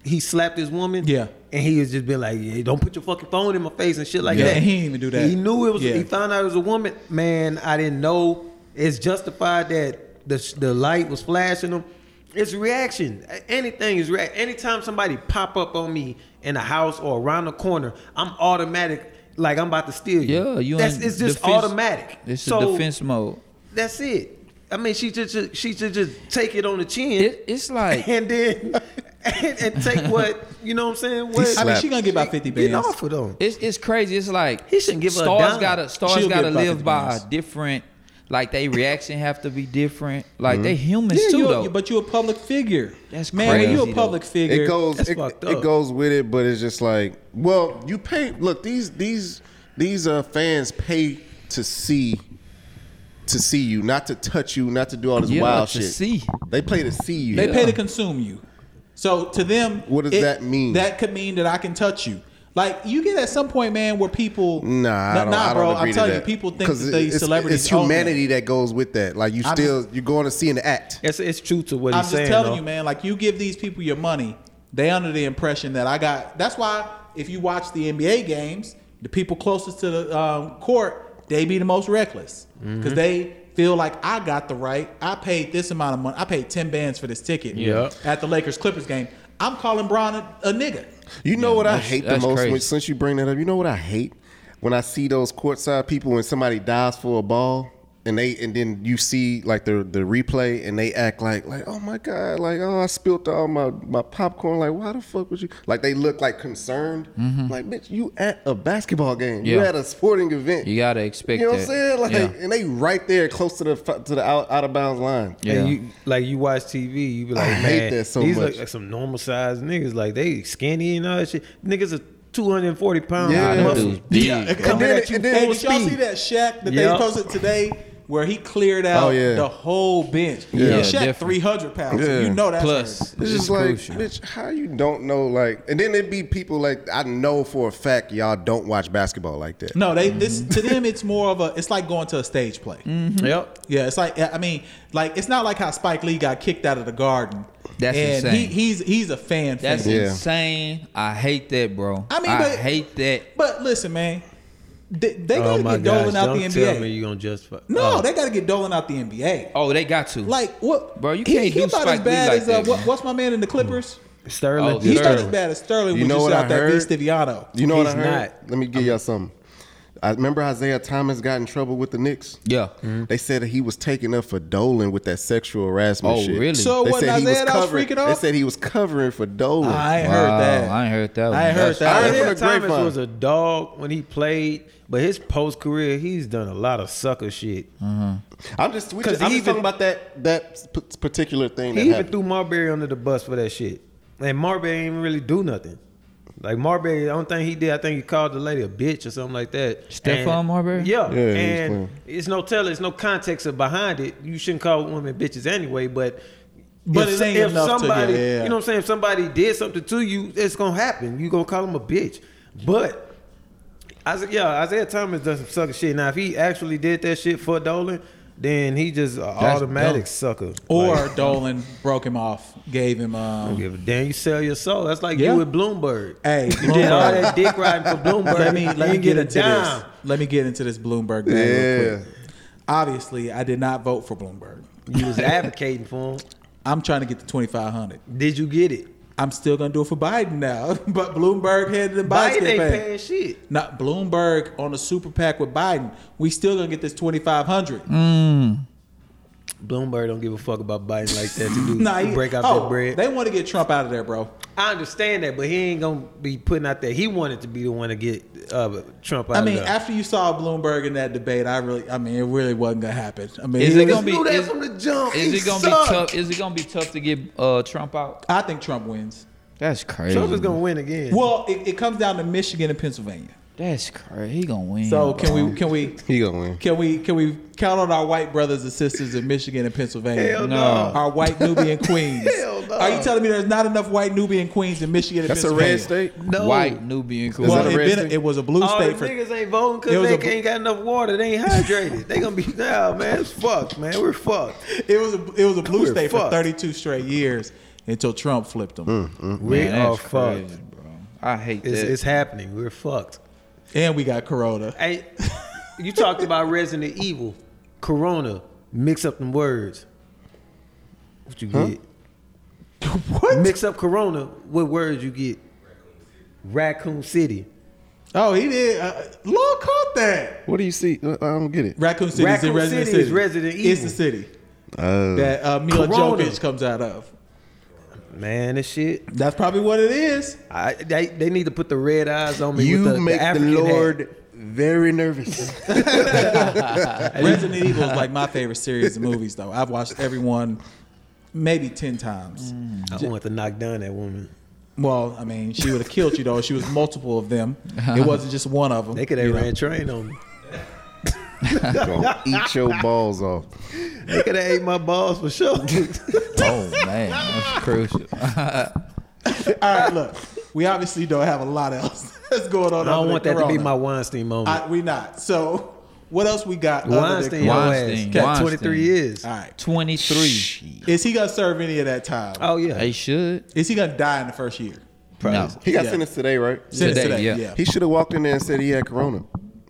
Speaker 3: he slapped his woman.
Speaker 6: Yeah.
Speaker 3: And he was just been like, yeah, don't put your fucking phone in my face and shit like
Speaker 6: Yeah,
Speaker 3: that.
Speaker 6: he didn't even do that.
Speaker 3: He knew it was
Speaker 6: Yeah.
Speaker 3: he found out it was a woman. Man, I didn't know. It's justified that the the light was flashing him. It's reaction. Anything is react. Anytime somebody pop up on me in a house or around the corner, I'm automatic. Like I'm about to steal you.
Speaker 2: Yeah, you.
Speaker 3: That's
Speaker 2: in
Speaker 3: it's just
Speaker 2: defense-
Speaker 3: automatic.
Speaker 2: It's a
Speaker 3: So,
Speaker 2: defense mode.
Speaker 3: That's it. I mean, she just she should just take it on the chin
Speaker 2: It, it's like
Speaker 3: and then and, and take what you know. what I'm saying what
Speaker 6: I mean,
Speaker 4: slapped.
Speaker 6: she gonna get about fifty
Speaker 3: get
Speaker 6: bands.
Speaker 3: off of them.
Speaker 2: It's it's crazy. It's like
Speaker 3: He shouldn't give her a
Speaker 2: stars
Speaker 3: dime.
Speaker 2: gotta stars
Speaker 6: She'll
Speaker 2: gotta
Speaker 6: give about
Speaker 2: live
Speaker 6: 50
Speaker 2: by
Speaker 6: minutes.
Speaker 2: different. Like they reaction have to be different. Like they humans
Speaker 6: Yeah,
Speaker 2: too
Speaker 6: you a-
Speaker 2: though.
Speaker 6: but you a public figure.
Speaker 2: That's
Speaker 6: man. when
Speaker 2: crazy,
Speaker 6: you
Speaker 2: though.
Speaker 6: a public figure.
Speaker 4: It goes
Speaker 3: That's
Speaker 4: it,
Speaker 3: fucked
Speaker 4: it
Speaker 3: up.
Speaker 4: goes with it, but it's just like, well, you pay look, these these these uh fans pay to see to see you, not to touch you, not to do all this
Speaker 2: Yeah,
Speaker 4: wild
Speaker 2: to
Speaker 4: shit.
Speaker 2: see.
Speaker 4: They play to see you.
Speaker 6: They
Speaker 2: Yeah.
Speaker 6: pay to consume you. So to them,
Speaker 4: What does that mean?
Speaker 6: That could mean that I can touch you. Like you get at some point, man, where people
Speaker 4: Nah, I
Speaker 6: nah,
Speaker 4: don't,
Speaker 6: nah,
Speaker 4: I don't
Speaker 6: bro.
Speaker 4: agree
Speaker 6: I'm
Speaker 4: to
Speaker 6: telling
Speaker 4: that.
Speaker 6: you, people think
Speaker 4: 'Cause
Speaker 6: that these
Speaker 4: it's,
Speaker 6: celebrities
Speaker 4: It's
Speaker 6: own that.
Speaker 4: humanity that goes with that. Like you
Speaker 6: I'm
Speaker 4: still you're going to see an act.
Speaker 3: It's it's true to what
Speaker 6: I'm
Speaker 3: he's
Speaker 6: just
Speaker 3: saying.
Speaker 6: telling
Speaker 3: though.
Speaker 6: you, man. Like you give these people your money, they under the impression that I got. That's why if you watch the NBA games, the people closest to the um, court, they be the most reckless
Speaker 4: Mm-hmm.
Speaker 6: because they feel like I got the right. I paid this amount of money. I paid ten bands for this ticket.
Speaker 3: Yeah.
Speaker 6: At the Lakers Clippers game, I'm calling Bron a, a nigga.
Speaker 4: You know what I
Speaker 2: that's-
Speaker 4: hate the
Speaker 2: that's
Speaker 4: most
Speaker 2: crazy.
Speaker 4: when- since you bring that up. You know what I hate when I see those courtside people when somebody dives for a ball and they and then you see like the the replay and they act like like oh my god like oh I spilled all my my popcorn like why the fuck would you like they look like concerned like bitch you at a basketball game you
Speaker 2: Mm-hmm. Yeah.
Speaker 4: at a sporting event
Speaker 2: You gotta expect
Speaker 4: you know what
Speaker 2: that.
Speaker 4: I'm saying like
Speaker 2: Yeah.
Speaker 4: and they right there close to the fu- to the out, out of bounds line
Speaker 2: Yeah.
Speaker 3: And you like you watch TV, you be like,
Speaker 4: I
Speaker 3: man,
Speaker 4: hate that so
Speaker 3: these
Speaker 4: much.
Speaker 3: look like some normal sized niggas. Like they skinny and all that shit. Niggas are two hundred and forty pounds. Yeah,
Speaker 4: Yeah. Nah, them
Speaker 3: muscle.
Speaker 2: dudes big.
Speaker 6: Yeah,
Speaker 4: And
Speaker 6: coming
Speaker 4: then-
Speaker 6: at you
Speaker 4: and then
Speaker 6: full
Speaker 4: it
Speaker 6: did y'all
Speaker 4: speed.
Speaker 6: see that Shaq that
Speaker 3: Yeah.
Speaker 6: they posted today where he cleared out
Speaker 4: Oh, yeah.
Speaker 6: the whole bench?
Speaker 2: Yeah,
Speaker 6: Shaq
Speaker 2: definitely.
Speaker 6: 300 pounds.
Speaker 4: Yeah.
Speaker 6: You know that's hurt.
Speaker 2: Plus,
Speaker 4: It's just like, bitch, how you don't know, like, and then it'd be people like, I know for a fact y'all don't watch basketball like that.
Speaker 6: No, they this to them it's more of a it's like going to a stage play.
Speaker 3: Mm-hmm.
Speaker 2: Yep.
Speaker 6: Yeah, it's like I mean, like it's not like how Spike Lee got kicked out of the garden.
Speaker 2: That's
Speaker 6: and
Speaker 2: insane.
Speaker 6: He, he's he's a fan.
Speaker 2: That's
Speaker 6: favorite.
Speaker 4: Yeah.
Speaker 2: insane. I hate that, bro.
Speaker 6: I mean, but-
Speaker 2: hate that.
Speaker 6: But listen, man, they, they
Speaker 3: Oh
Speaker 6: gotta
Speaker 3: my
Speaker 6: get doling
Speaker 3: gosh!
Speaker 6: out the
Speaker 3: Don't tell me
Speaker 6: NBA.
Speaker 3: you gonna justify.
Speaker 6: No,
Speaker 3: Oh.
Speaker 6: they gotta get doling out the NBA.
Speaker 2: Oh, they got to.
Speaker 6: Like what,
Speaker 2: Bro, you can't do Spike Lee like that,
Speaker 6: uh, what,
Speaker 2: man.
Speaker 6: what's my man in the Clippers?
Speaker 3: Sterling.
Speaker 2: Oh,
Speaker 6: He's not as
Speaker 2: Sterling.
Speaker 6: bad as Sterling
Speaker 4: You
Speaker 6: when
Speaker 4: know
Speaker 6: you
Speaker 4: what
Speaker 6: shot
Speaker 4: I
Speaker 6: that
Speaker 4: heard?
Speaker 6: D. Stiviano.
Speaker 4: You know what I
Speaker 3: He's
Speaker 4: heard?
Speaker 3: not.
Speaker 4: Let me give y'all something. I remember Isaiah Thomas got in trouble with the Knicks.
Speaker 2: yeah.
Speaker 4: They said that he was taken up for Dolan with that sexual harassment
Speaker 2: Oh,
Speaker 4: shit.
Speaker 2: really?
Speaker 6: So
Speaker 4: They
Speaker 6: what
Speaker 4: said he was
Speaker 6: Isaiah that was
Speaker 4: covering.
Speaker 6: freaking
Speaker 4: They
Speaker 6: off?
Speaker 4: said he was covering for Dolan.
Speaker 6: I ain't
Speaker 2: Wow,
Speaker 6: heard that.
Speaker 2: I ain't heard that one.
Speaker 6: I ain't heard
Speaker 2: That's-
Speaker 6: that.
Speaker 4: I heard
Speaker 6: one.
Speaker 4: from
Speaker 3: Isaiah
Speaker 4: the grapevine.
Speaker 3: Thomas was a dog when he played, but his post career, he's done a lot of sucker shit.
Speaker 4: I'm just, we
Speaker 3: 'Cause
Speaker 4: just, I'm
Speaker 3: he
Speaker 4: just
Speaker 3: even-
Speaker 4: talking about that that p- particular thing.
Speaker 3: He
Speaker 4: that
Speaker 3: even
Speaker 4: happened.
Speaker 3: threw Marbury under the bus for that shit, and Marbury ain't even really do nothing. Like Marbury, the only thing he did, I think he called the lady a bitch or something like that.
Speaker 2: Stephon
Speaker 3: And-
Speaker 2: Marbury?
Speaker 3: yeah.
Speaker 4: Yeah, he was
Speaker 3: and
Speaker 4: playing.
Speaker 3: it's no tell, it's no context of behind it. You shouldn't call women bitches anyway, but.
Speaker 6: But
Speaker 3: if,
Speaker 6: it ain't
Speaker 3: if
Speaker 6: enough to-
Speaker 3: somebody,
Speaker 6: yeah, yeah.
Speaker 3: you know what I'm saying, if somebody did something to you, it's gonna happen. You gonna call them a bitch, but I said, yeah, Isaiah Thomas does some sucker shit. Now, if he actually did that shit for Dolan, then he just a automatic
Speaker 2: dumb.
Speaker 3: sucker.
Speaker 6: Or
Speaker 3: Like,
Speaker 6: Dolan broke him off, gave him. Um,
Speaker 3: give a damn, you sell your soul. That's like
Speaker 6: Yeah.
Speaker 3: you with Bloomberg.
Speaker 6: Hey,
Speaker 3: you did all that dick riding for Bloomberg.
Speaker 6: [LAUGHS] let me let me
Speaker 3: You
Speaker 6: get
Speaker 3: a
Speaker 6: into
Speaker 3: dime.
Speaker 6: this. Let me get into this Bloomberg. thing real
Speaker 4: Yeah.
Speaker 6: quick. Obviously, I did not vote for Bloomberg.
Speaker 3: You was advocating for him.
Speaker 6: I'm trying to get to 2,500.
Speaker 3: Did you get it?
Speaker 6: I'm still gonna do it for Biden now, [LAUGHS] but Bloomberg had the
Speaker 3: Biden
Speaker 6: Biden
Speaker 3: ain't
Speaker 6: campaign.
Speaker 3: paying shit.
Speaker 6: Not Bloomberg on a super PAC with Biden. We still gonna get this 2,500.
Speaker 3: Bloomberg don't give a fuck about Biden like that to
Speaker 6: [LAUGHS]
Speaker 3: do.
Speaker 6: Nah,
Speaker 3: to
Speaker 6: he-
Speaker 3: break out
Speaker 6: oh,
Speaker 3: that bread.
Speaker 6: They want to get Trump out of there, bro.
Speaker 3: I understand that, but he ain't gonna be putting out that. He wanted to be the one to get uh, Trump out.
Speaker 6: I mean,
Speaker 3: of there.
Speaker 6: after you saw Bloomberg in that debate, I really, I mean, it really wasn't gonna happen. I mean,
Speaker 2: Is
Speaker 6: he
Speaker 2: it
Speaker 6: was-
Speaker 2: gonna be?
Speaker 3: knew that
Speaker 2: Is,
Speaker 3: from the jump.
Speaker 2: is
Speaker 3: He
Speaker 2: it gonna
Speaker 3: sucked.
Speaker 2: be tough? Is it gonna be tough to get uh, Trump out?
Speaker 6: I think Trump wins.
Speaker 2: That's crazy.
Speaker 3: Trump is gonna win again.
Speaker 6: Well, it, it comes down to Michigan and Pennsylvania.
Speaker 2: That's crazy. He gonna win.
Speaker 6: So can
Speaker 2: bro.
Speaker 6: we can we
Speaker 4: He gonna win.
Speaker 6: can we can we count on our white brothers and sisters in Michigan and Pennsylvania?
Speaker 3: Hell
Speaker 2: no.
Speaker 6: Our white Nubian queens.
Speaker 3: [LAUGHS] Hell no.
Speaker 6: Are you telling me there's not enough white Nubian queens in Michigan and
Speaker 4: That's a
Speaker 6: Pennsylvania?
Speaker 4: red state.
Speaker 3: No.
Speaker 2: White Nubian
Speaker 4: Is
Speaker 6: Well,
Speaker 4: that a
Speaker 6: it,
Speaker 4: red
Speaker 6: been-
Speaker 4: state?
Speaker 6: it was a blue
Speaker 3: All Oh,
Speaker 6: state
Speaker 3: the
Speaker 6: for
Speaker 3: niggas ain't voting
Speaker 6: It was
Speaker 3: because
Speaker 6: a
Speaker 3: they
Speaker 6: bl-
Speaker 3: ain't got enough water. They ain't hydrated. they gonna be nah, man. It's fucked, man. We're fucked.
Speaker 6: it was a it was a blue
Speaker 3: We're
Speaker 6: state for
Speaker 3: fucked.
Speaker 6: 32 straight years until Trump flipped them,
Speaker 4: Hmm.
Speaker 3: We
Speaker 2: Man,
Speaker 3: are
Speaker 2: that's
Speaker 3: fucked.
Speaker 2: crazy, bro. I hate
Speaker 3: Oh, It's,
Speaker 2: that.
Speaker 3: it's happening. We're fucked.
Speaker 6: and we got Corona.
Speaker 3: Hey, you talked about Resident Evil, Corona. Mix up them words. What you get?
Speaker 6: What?
Speaker 3: Mix up Corona. What words you get? Raccoon City.
Speaker 6: Oh, he did. Uh, Lord caught that.
Speaker 4: What do you see? Uh, I don't get it.
Speaker 6: Raccoon City
Speaker 3: Raccoon
Speaker 6: is in Resident
Speaker 3: City
Speaker 6: City.
Speaker 3: is Resident
Speaker 6: It's
Speaker 3: Evil.
Speaker 6: the city
Speaker 4: Oh.
Speaker 6: that uh, Mila
Speaker 3: Corona.
Speaker 6: Jokic comes out of.
Speaker 3: Man, this shit.
Speaker 6: That's probably what it is.
Speaker 3: I, they, they need to put the red eyes on me.
Speaker 4: you
Speaker 3: with the,
Speaker 4: make the,
Speaker 3: African hat.
Speaker 4: Lord very nervous.
Speaker 6: Resident Evil is like
Speaker 3: [LAUGHS]
Speaker 6: my favorite series of movies, though. I've watched every one maybe 10 times.
Speaker 3: I want to knock down that woman.
Speaker 6: Well, I mean, she would have killed you, though. She was multiple of them. It wasn't just one of them.
Speaker 3: Uh-huh. They could have ran train on me.
Speaker 4: Gonna eat your balls off.
Speaker 3: They could have ate my balls for sure.
Speaker 2: oh man, that's [LAUGHS] crucial.
Speaker 6: All right, look. We obviously don't have a lot else [LAUGHS] that's going on.
Speaker 3: I don't
Speaker 6: other
Speaker 3: want
Speaker 6: than
Speaker 3: that to be
Speaker 6: Corona.
Speaker 3: my Weinstein moment.
Speaker 6: I, we not. So, what else we got? other than
Speaker 3: Weinstein, your
Speaker 6: Corona?
Speaker 2: Weinstein,
Speaker 3: ass. Got
Speaker 2: Weinstein.
Speaker 3: 23 years.
Speaker 6: All right.
Speaker 2: Twenty three.
Speaker 6: Is he gonna serve any of that time?
Speaker 3: Oh, yeah.
Speaker 2: They should.
Speaker 6: Is he gonna die in the first year?
Speaker 2: No.
Speaker 4: He got
Speaker 6: Yeah.
Speaker 4: sentenced today, right?
Speaker 6: Since
Speaker 2: Today, yeah.
Speaker 4: He should have walked in there and said he had corona.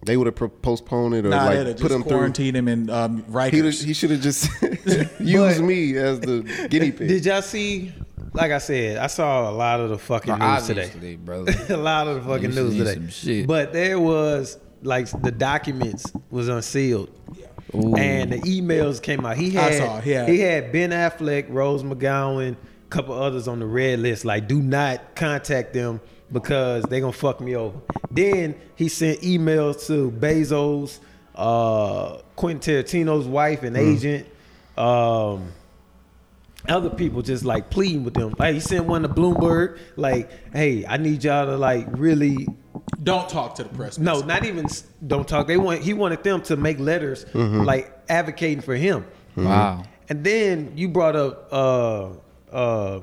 Speaker 4: They would have pro- postponed it or
Speaker 6: Nah, they'd
Speaker 4: like
Speaker 6: have
Speaker 4: put
Speaker 6: just
Speaker 4: him through.
Speaker 6: quarantined him in um,
Speaker 4: He,
Speaker 6: Rikers.
Speaker 4: he should have just [LAUGHS] used me as the guinea pig.
Speaker 3: Did y'all see? Like I said, I saw a lot of the fucking news today.
Speaker 2: Obviously, brother.
Speaker 3: [LAUGHS] a lot of the fucking
Speaker 2: You
Speaker 3: news
Speaker 2: seen
Speaker 3: today.
Speaker 2: some shit.
Speaker 3: But there was like the documents was unsealed. And the emails came out. He
Speaker 6: I
Speaker 3: had
Speaker 6: saw, yeah.
Speaker 3: he had Ben Affleck, Rose McGowan, a couple others on the red list. Like, do not contact them because they gonna fuck me over. Then he sent emails to Bezos, uh, Quentin Tarantino's wife and agent. Um, other people just like pleading with them. Like he sent one to Bloomberg, like, "Hey, I need y'all to like really
Speaker 6: Don't talk to the press.
Speaker 3: no, not even s- don't talk. They want he wanted them to make letters like advocating for him.
Speaker 2: [LAUGHS] Wow.
Speaker 3: And then you brought up uh uh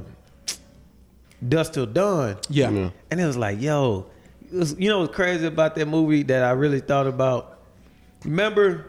Speaker 3: Dust Till Dawn.
Speaker 6: Yeah.
Speaker 3: And it was like, yo, it was- you know what's crazy about that movie that I really thought about? Remember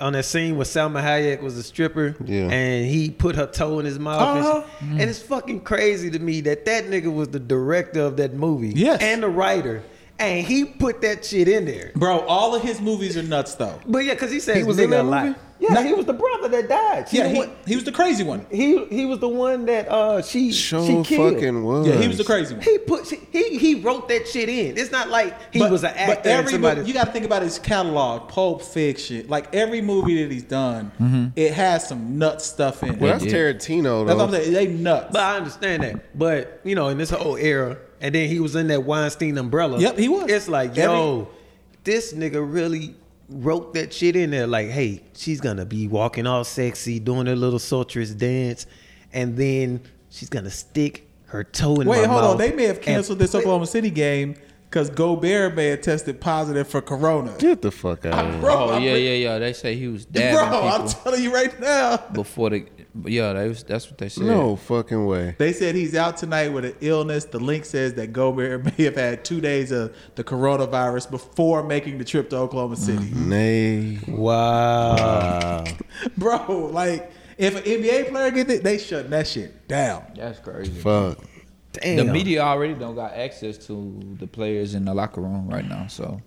Speaker 3: on that scene where Salma Hayek was a stripper
Speaker 4: Yeah.
Speaker 3: and he put her toe in his mouth. and she-
Speaker 6: Uh-huh.
Speaker 3: And, it's fucking crazy to me that that nigga was the director of that movie
Speaker 6: Yes.
Speaker 3: and the writer. And he put that shit in there.
Speaker 6: Bro, all of his movies are nuts though.
Speaker 3: But yeah, because he said
Speaker 4: He was in that movie?
Speaker 3: Yeah, he was the brother that died. She
Speaker 6: Yeah,
Speaker 3: the
Speaker 6: he,
Speaker 3: one-
Speaker 6: he was the crazy one.
Speaker 3: he he was the one that uh she
Speaker 4: Show
Speaker 3: she killed.
Speaker 4: fucking was.
Speaker 6: Yeah, he was the crazy one.
Speaker 3: He put she, he he wrote that shit in. It's not like he was an actor.
Speaker 6: But every
Speaker 3: and somebody,
Speaker 6: movie, you got to think about his catalog, Pulp Fiction, like every movie that he's done, it has some nut stuff in it.
Speaker 4: Well, that's
Speaker 2: Yeah.
Speaker 4: Tarantino,
Speaker 6: That's
Speaker 4: though.
Speaker 6: what I'm saying. They nuts.
Speaker 3: but I understand that. But you know, in this whole era, and then he was in that Weinstein umbrella.
Speaker 6: Yep, he was.
Speaker 3: It's like yo, this nigga really wrote that shit in there. Like, hey, she's gonna be walking all sexy, doing her little sultrous dance, and then she's gonna stick her toe in my
Speaker 6: Wait, hold
Speaker 3: mouth
Speaker 6: on. They may have
Speaker 3: and-
Speaker 6: canceled this Oklahoma City game because Gobert may have tested positive for Corona.
Speaker 4: Get the fuck
Speaker 6: [LAUGHS]
Speaker 4: out of here.
Speaker 2: Oh
Speaker 6: I'm
Speaker 2: yeah,
Speaker 6: re-
Speaker 2: yeah, yeah. They say he was dabbing
Speaker 6: Bro, I'm
Speaker 2: people
Speaker 6: telling you right now.
Speaker 2: before the. Yeah, that was, that's what they said.
Speaker 4: No fucking way.
Speaker 6: They said he's out tonight with an illness. The link says that Gobert [LAUGHS] may have had two days of the coronavirus before making the trip to Oklahoma City.
Speaker 4: Nay.
Speaker 3: Wow.
Speaker 6: [LAUGHS] Bro, like if an NBA player gets it, they shut that shit down.
Speaker 2: that's crazy.
Speaker 4: Fuck.
Speaker 3: Damn.
Speaker 2: The media already don't got access to the players in the locker room right now. So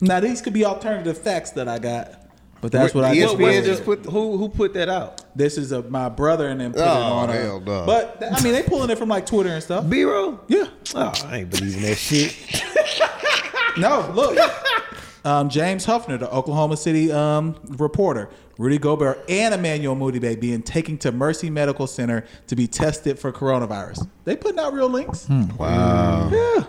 Speaker 6: Now these could be alternative facts that I got, but that's what I
Speaker 4: What- E
Speaker 6: just
Speaker 4: what-
Speaker 6: read.
Speaker 4: just put-
Speaker 3: who who put that out?
Speaker 6: This is a, my brother and then put it
Speaker 4: Oh,
Speaker 6: on. a-
Speaker 4: hell no.
Speaker 6: But th- I mean, they pulling it from like Twitter and stuff.
Speaker 3: B roll?
Speaker 6: Yeah.
Speaker 3: Oh, I ain't believing that shit.
Speaker 6: [LAUGHS] No, look. Um, James Huffner, the Oklahoma City um, reporter, Rudy Gobert and Emmanuel Moutier being taken to Mercy Medical Center to be tested for coronavirus. They putting out real links,
Speaker 3: Hmm.
Speaker 4: Wow.
Speaker 6: Yeah.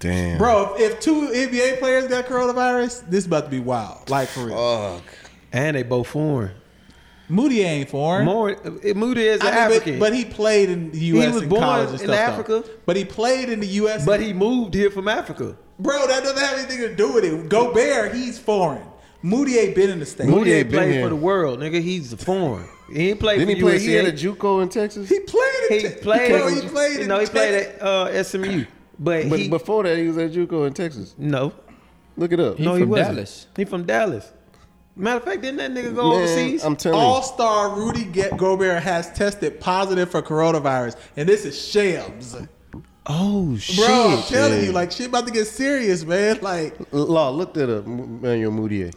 Speaker 4: Damn.
Speaker 6: bro. If, if two NBA players got coronavirus, this about to be wild. Like for real,
Speaker 4: Fuck.
Speaker 3: And they both foreign.
Speaker 6: Moody ain't foreign.
Speaker 3: More it Moody is an
Speaker 6: I mean, but-
Speaker 3: African.
Speaker 6: But,
Speaker 3: But,
Speaker 6: he played in the U.S.
Speaker 3: was
Speaker 6: and
Speaker 3: born
Speaker 6: college and
Speaker 3: in
Speaker 6: stuff, though.
Speaker 3: Africa.
Speaker 6: But he played in the U.S.
Speaker 3: he, moved here from Africa.
Speaker 6: bro, that doesn't have anything to do with it. Gobert, he's foreign. Moody ain't been in the state.
Speaker 4: Moody
Speaker 3: Moody
Speaker 4: ain't been
Speaker 3: played
Speaker 4: here.
Speaker 3: for the world, nigga. He's a foreign. He ain't played
Speaker 4: Didn't
Speaker 3: for
Speaker 4: he play?
Speaker 3: USC.
Speaker 4: He had a JUCO in Texas.
Speaker 6: He played. In
Speaker 3: He
Speaker 6: Te-
Speaker 3: played.
Speaker 6: Bro, he played. in
Speaker 3: no, he played
Speaker 6: Texas.
Speaker 3: at uh, SMU. But,
Speaker 4: but
Speaker 3: he,
Speaker 4: before that, he was at JUCO in Texas.
Speaker 3: no,
Speaker 4: Look it up.
Speaker 3: no, he
Speaker 2: from
Speaker 3: wasn't.
Speaker 2: Dallas.
Speaker 3: He from Dallas. Matter of fact, didn't that nigga go
Speaker 4: Man,
Speaker 3: overseas?
Speaker 4: I'm telling you.
Speaker 6: All-star Rudy Get- Gobert has tested positive for coronavirus, and this is shams. Bro,
Speaker 3: oh shit!
Speaker 6: I'm telling
Speaker 4: yeah.
Speaker 6: you, like shit about to get serious, man. Like,
Speaker 4: Law, look that up. M- Manuel Moutier.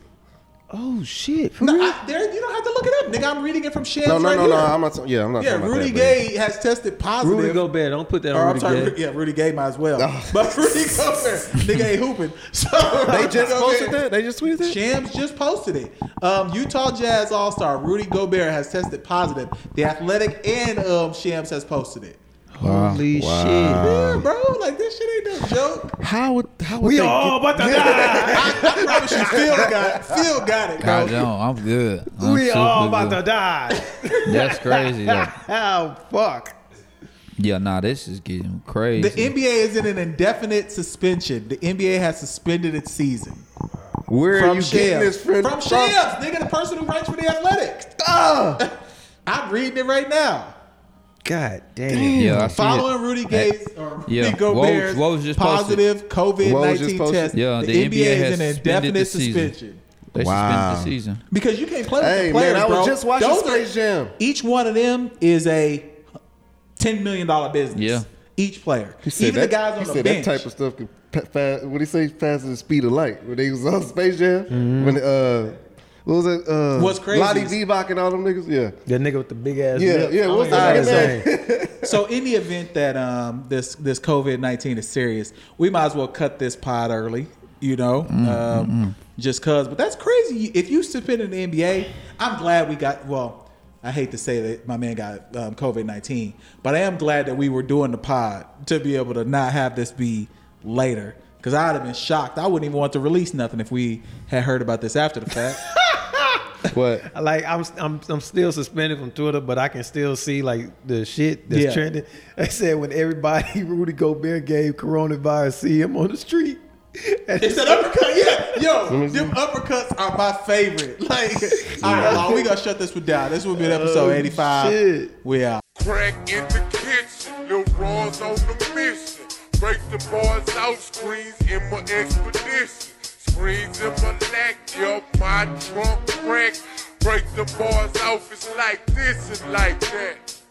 Speaker 3: Oh shit! For
Speaker 6: no,
Speaker 3: real?
Speaker 6: I, there, you don't have to look it up, nigga. I'm reading it from Shams
Speaker 4: No, no,
Speaker 6: right
Speaker 4: no,
Speaker 6: here.
Speaker 4: no. I'm not. Yeah, I'm not.
Speaker 6: yeah,
Speaker 4: talking about
Speaker 6: Rudy
Speaker 4: that, but-
Speaker 6: Gay has tested positive.
Speaker 3: Rudy Gobert, don't put that
Speaker 6: Or
Speaker 3: on
Speaker 6: I'm sorry,
Speaker 3: Rudy
Speaker 6: Ru-
Speaker 3: Gay.
Speaker 6: yeah, Rudy Gay might as
Speaker 4: [LAUGHS]
Speaker 6: well.
Speaker 4: Oh.
Speaker 6: But Rudy Gobert, nigga ain't hooping. [LAUGHS] So
Speaker 4: They just posted that. They just tweeted that.
Speaker 6: Shams just posted it. Um, Utah Jazz All Star Rudy Gobert has tested positive. The Athletic and um, Shams has posted it.
Speaker 3: Holy
Speaker 4: Uh,
Speaker 3: shit!
Speaker 6: yeah, bro, like this shit ain't no joke. [LAUGHS]
Speaker 4: How would how would
Speaker 3: We
Speaker 4: they
Speaker 3: are all about to die.
Speaker 6: I promise you, Phil got Phil got it,
Speaker 2: God,
Speaker 6: bro.
Speaker 2: damn, I'm good. I'm
Speaker 3: we
Speaker 2: super
Speaker 3: all about to
Speaker 2: good.
Speaker 3: die.
Speaker 2: That's crazy. Though.
Speaker 3: How fuck?
Speaker 2: Yeah, nah, this is getting
Speaker 6: The
Speaker 2: crazy.
Speaker 6: NBA is in an indefinite suspension. The NBA has suspended its season.
Speaker 4: [LAUGHS] Where are
Speaker 6: From
Speaker 4: you getting
Speaker 6: Shams.
Speaker 4: this friend?
Speaker 6: From Shams, nigga, the person who writes for the Athletic.
Speaker 4: Ah.
Speaker 6: [LAUGHS] I'm reading it right now.
Speaker 3: God damn.
Speaker 2: yeah, I see it.
Speaker 6: Following Rudy Gates or Rudy
Speaker 2: yeah,
Speaker 6: Gobert's
Speaker 2: Woj- Woj just
Speaker 6: positive COVID
Speaker 4: Woj just
Speaker 6: nineteen
Speaker 4: posted.
Speaker 6: test,
Speaker 2: Yeah,
Speaker 6: the,
Speaker 2: the
Speaker 6: NBA,
Speaker 2: NBA
Speaker 6: is
Speaker 2: has
Speaker 6: in an
Speaker 2: suspended
Speaker 6: indefinite
Speaker 2: the season.
Speaker 6: suspension
Speaker 2: They
Speaker 4: Wow.
Speaker 2: suspended the season.
Speaker 6: because you can't play with
Speaker 4: Hey,
Speaker 6: the
Speaker 4: man,
Speaker 6: players,
Speaker 4: I was
Speaker 6: bro.
Speaker 4: just watching
Speaker 6: Those are-
Speaker 4: Space Jam.
Speaker 6: Each one of them is a ten million dollar business.
Speaker 2: Yeah.
Speaker 6: each player,
Speaker 4: He said
Speaker 6: even
Speaker 4: that,
Speaker 6: the guys on
Speaker 4: he
Speaker 6: the
Speaker 4: said
Speaker 6: bench.
Speaker 4: that type of stuff could pa- fa- what he say fast as the speed of light when they was on Space Jam when uh what was it uh
Speaker 6: Mm-hmm. What's crazy
Speaker 4: Lottie
Speaker 6: is-
Speaker 4: Bebop and all them niggas yeah
Speaker 3: That nigga with the big ass.
Speaker 4: yeah
Speaker 3: lip.
Speaker 4: yeah what's
Speaker 6: All
Speaker 4: that
Speaker 6: right,
Speaker 4: nigga's
Speaker 6: so,
Speaker 4: name
Speaker 6: so in the event that um, this this COVID nineteen is serious, we might as well cut this pod early. You know, um, just cause. But that's crazy. If you sit in the NBA, I'm glad we got. Well, I hate to say that my man got um, COVID nineteen, but I am glad that we were doing the pod to be able to not have this be later. Because I'd have been shocked. I wouldn't even want to release nothing if we had heard about this after the fact.
Speaker 4: [LAUGHS] What?
Speaker 3: [LAUGHS] Like I'm, I'm, I'm still suspended from Twitter, but I can still see like the shit that's
Speaker 6: Yeah.
Speaker 3: trending. They said when everybody [LAUGHS] Rudy Gobert gave coronavirus, see him on the street. [LAUGHS] And
Speaker 6: It's an uppercut, yeah. Yo,
Speaker 4: me see.
Speaker 6: them uppercuts are my favorite. Like, all right, Lon, we gonna shut this one down. This will be
Speaker 3: Oh,
Speaker 6: episode 85.
Speaker 3: shit.
Speaker 6: We out.
Speaker 5: Crack in the kitchen, Lil Raw's on the mission. Break the bars out, screens in my expedition. Screens in my lack, up my drunk crack. Break the bars off, it's like this and like that.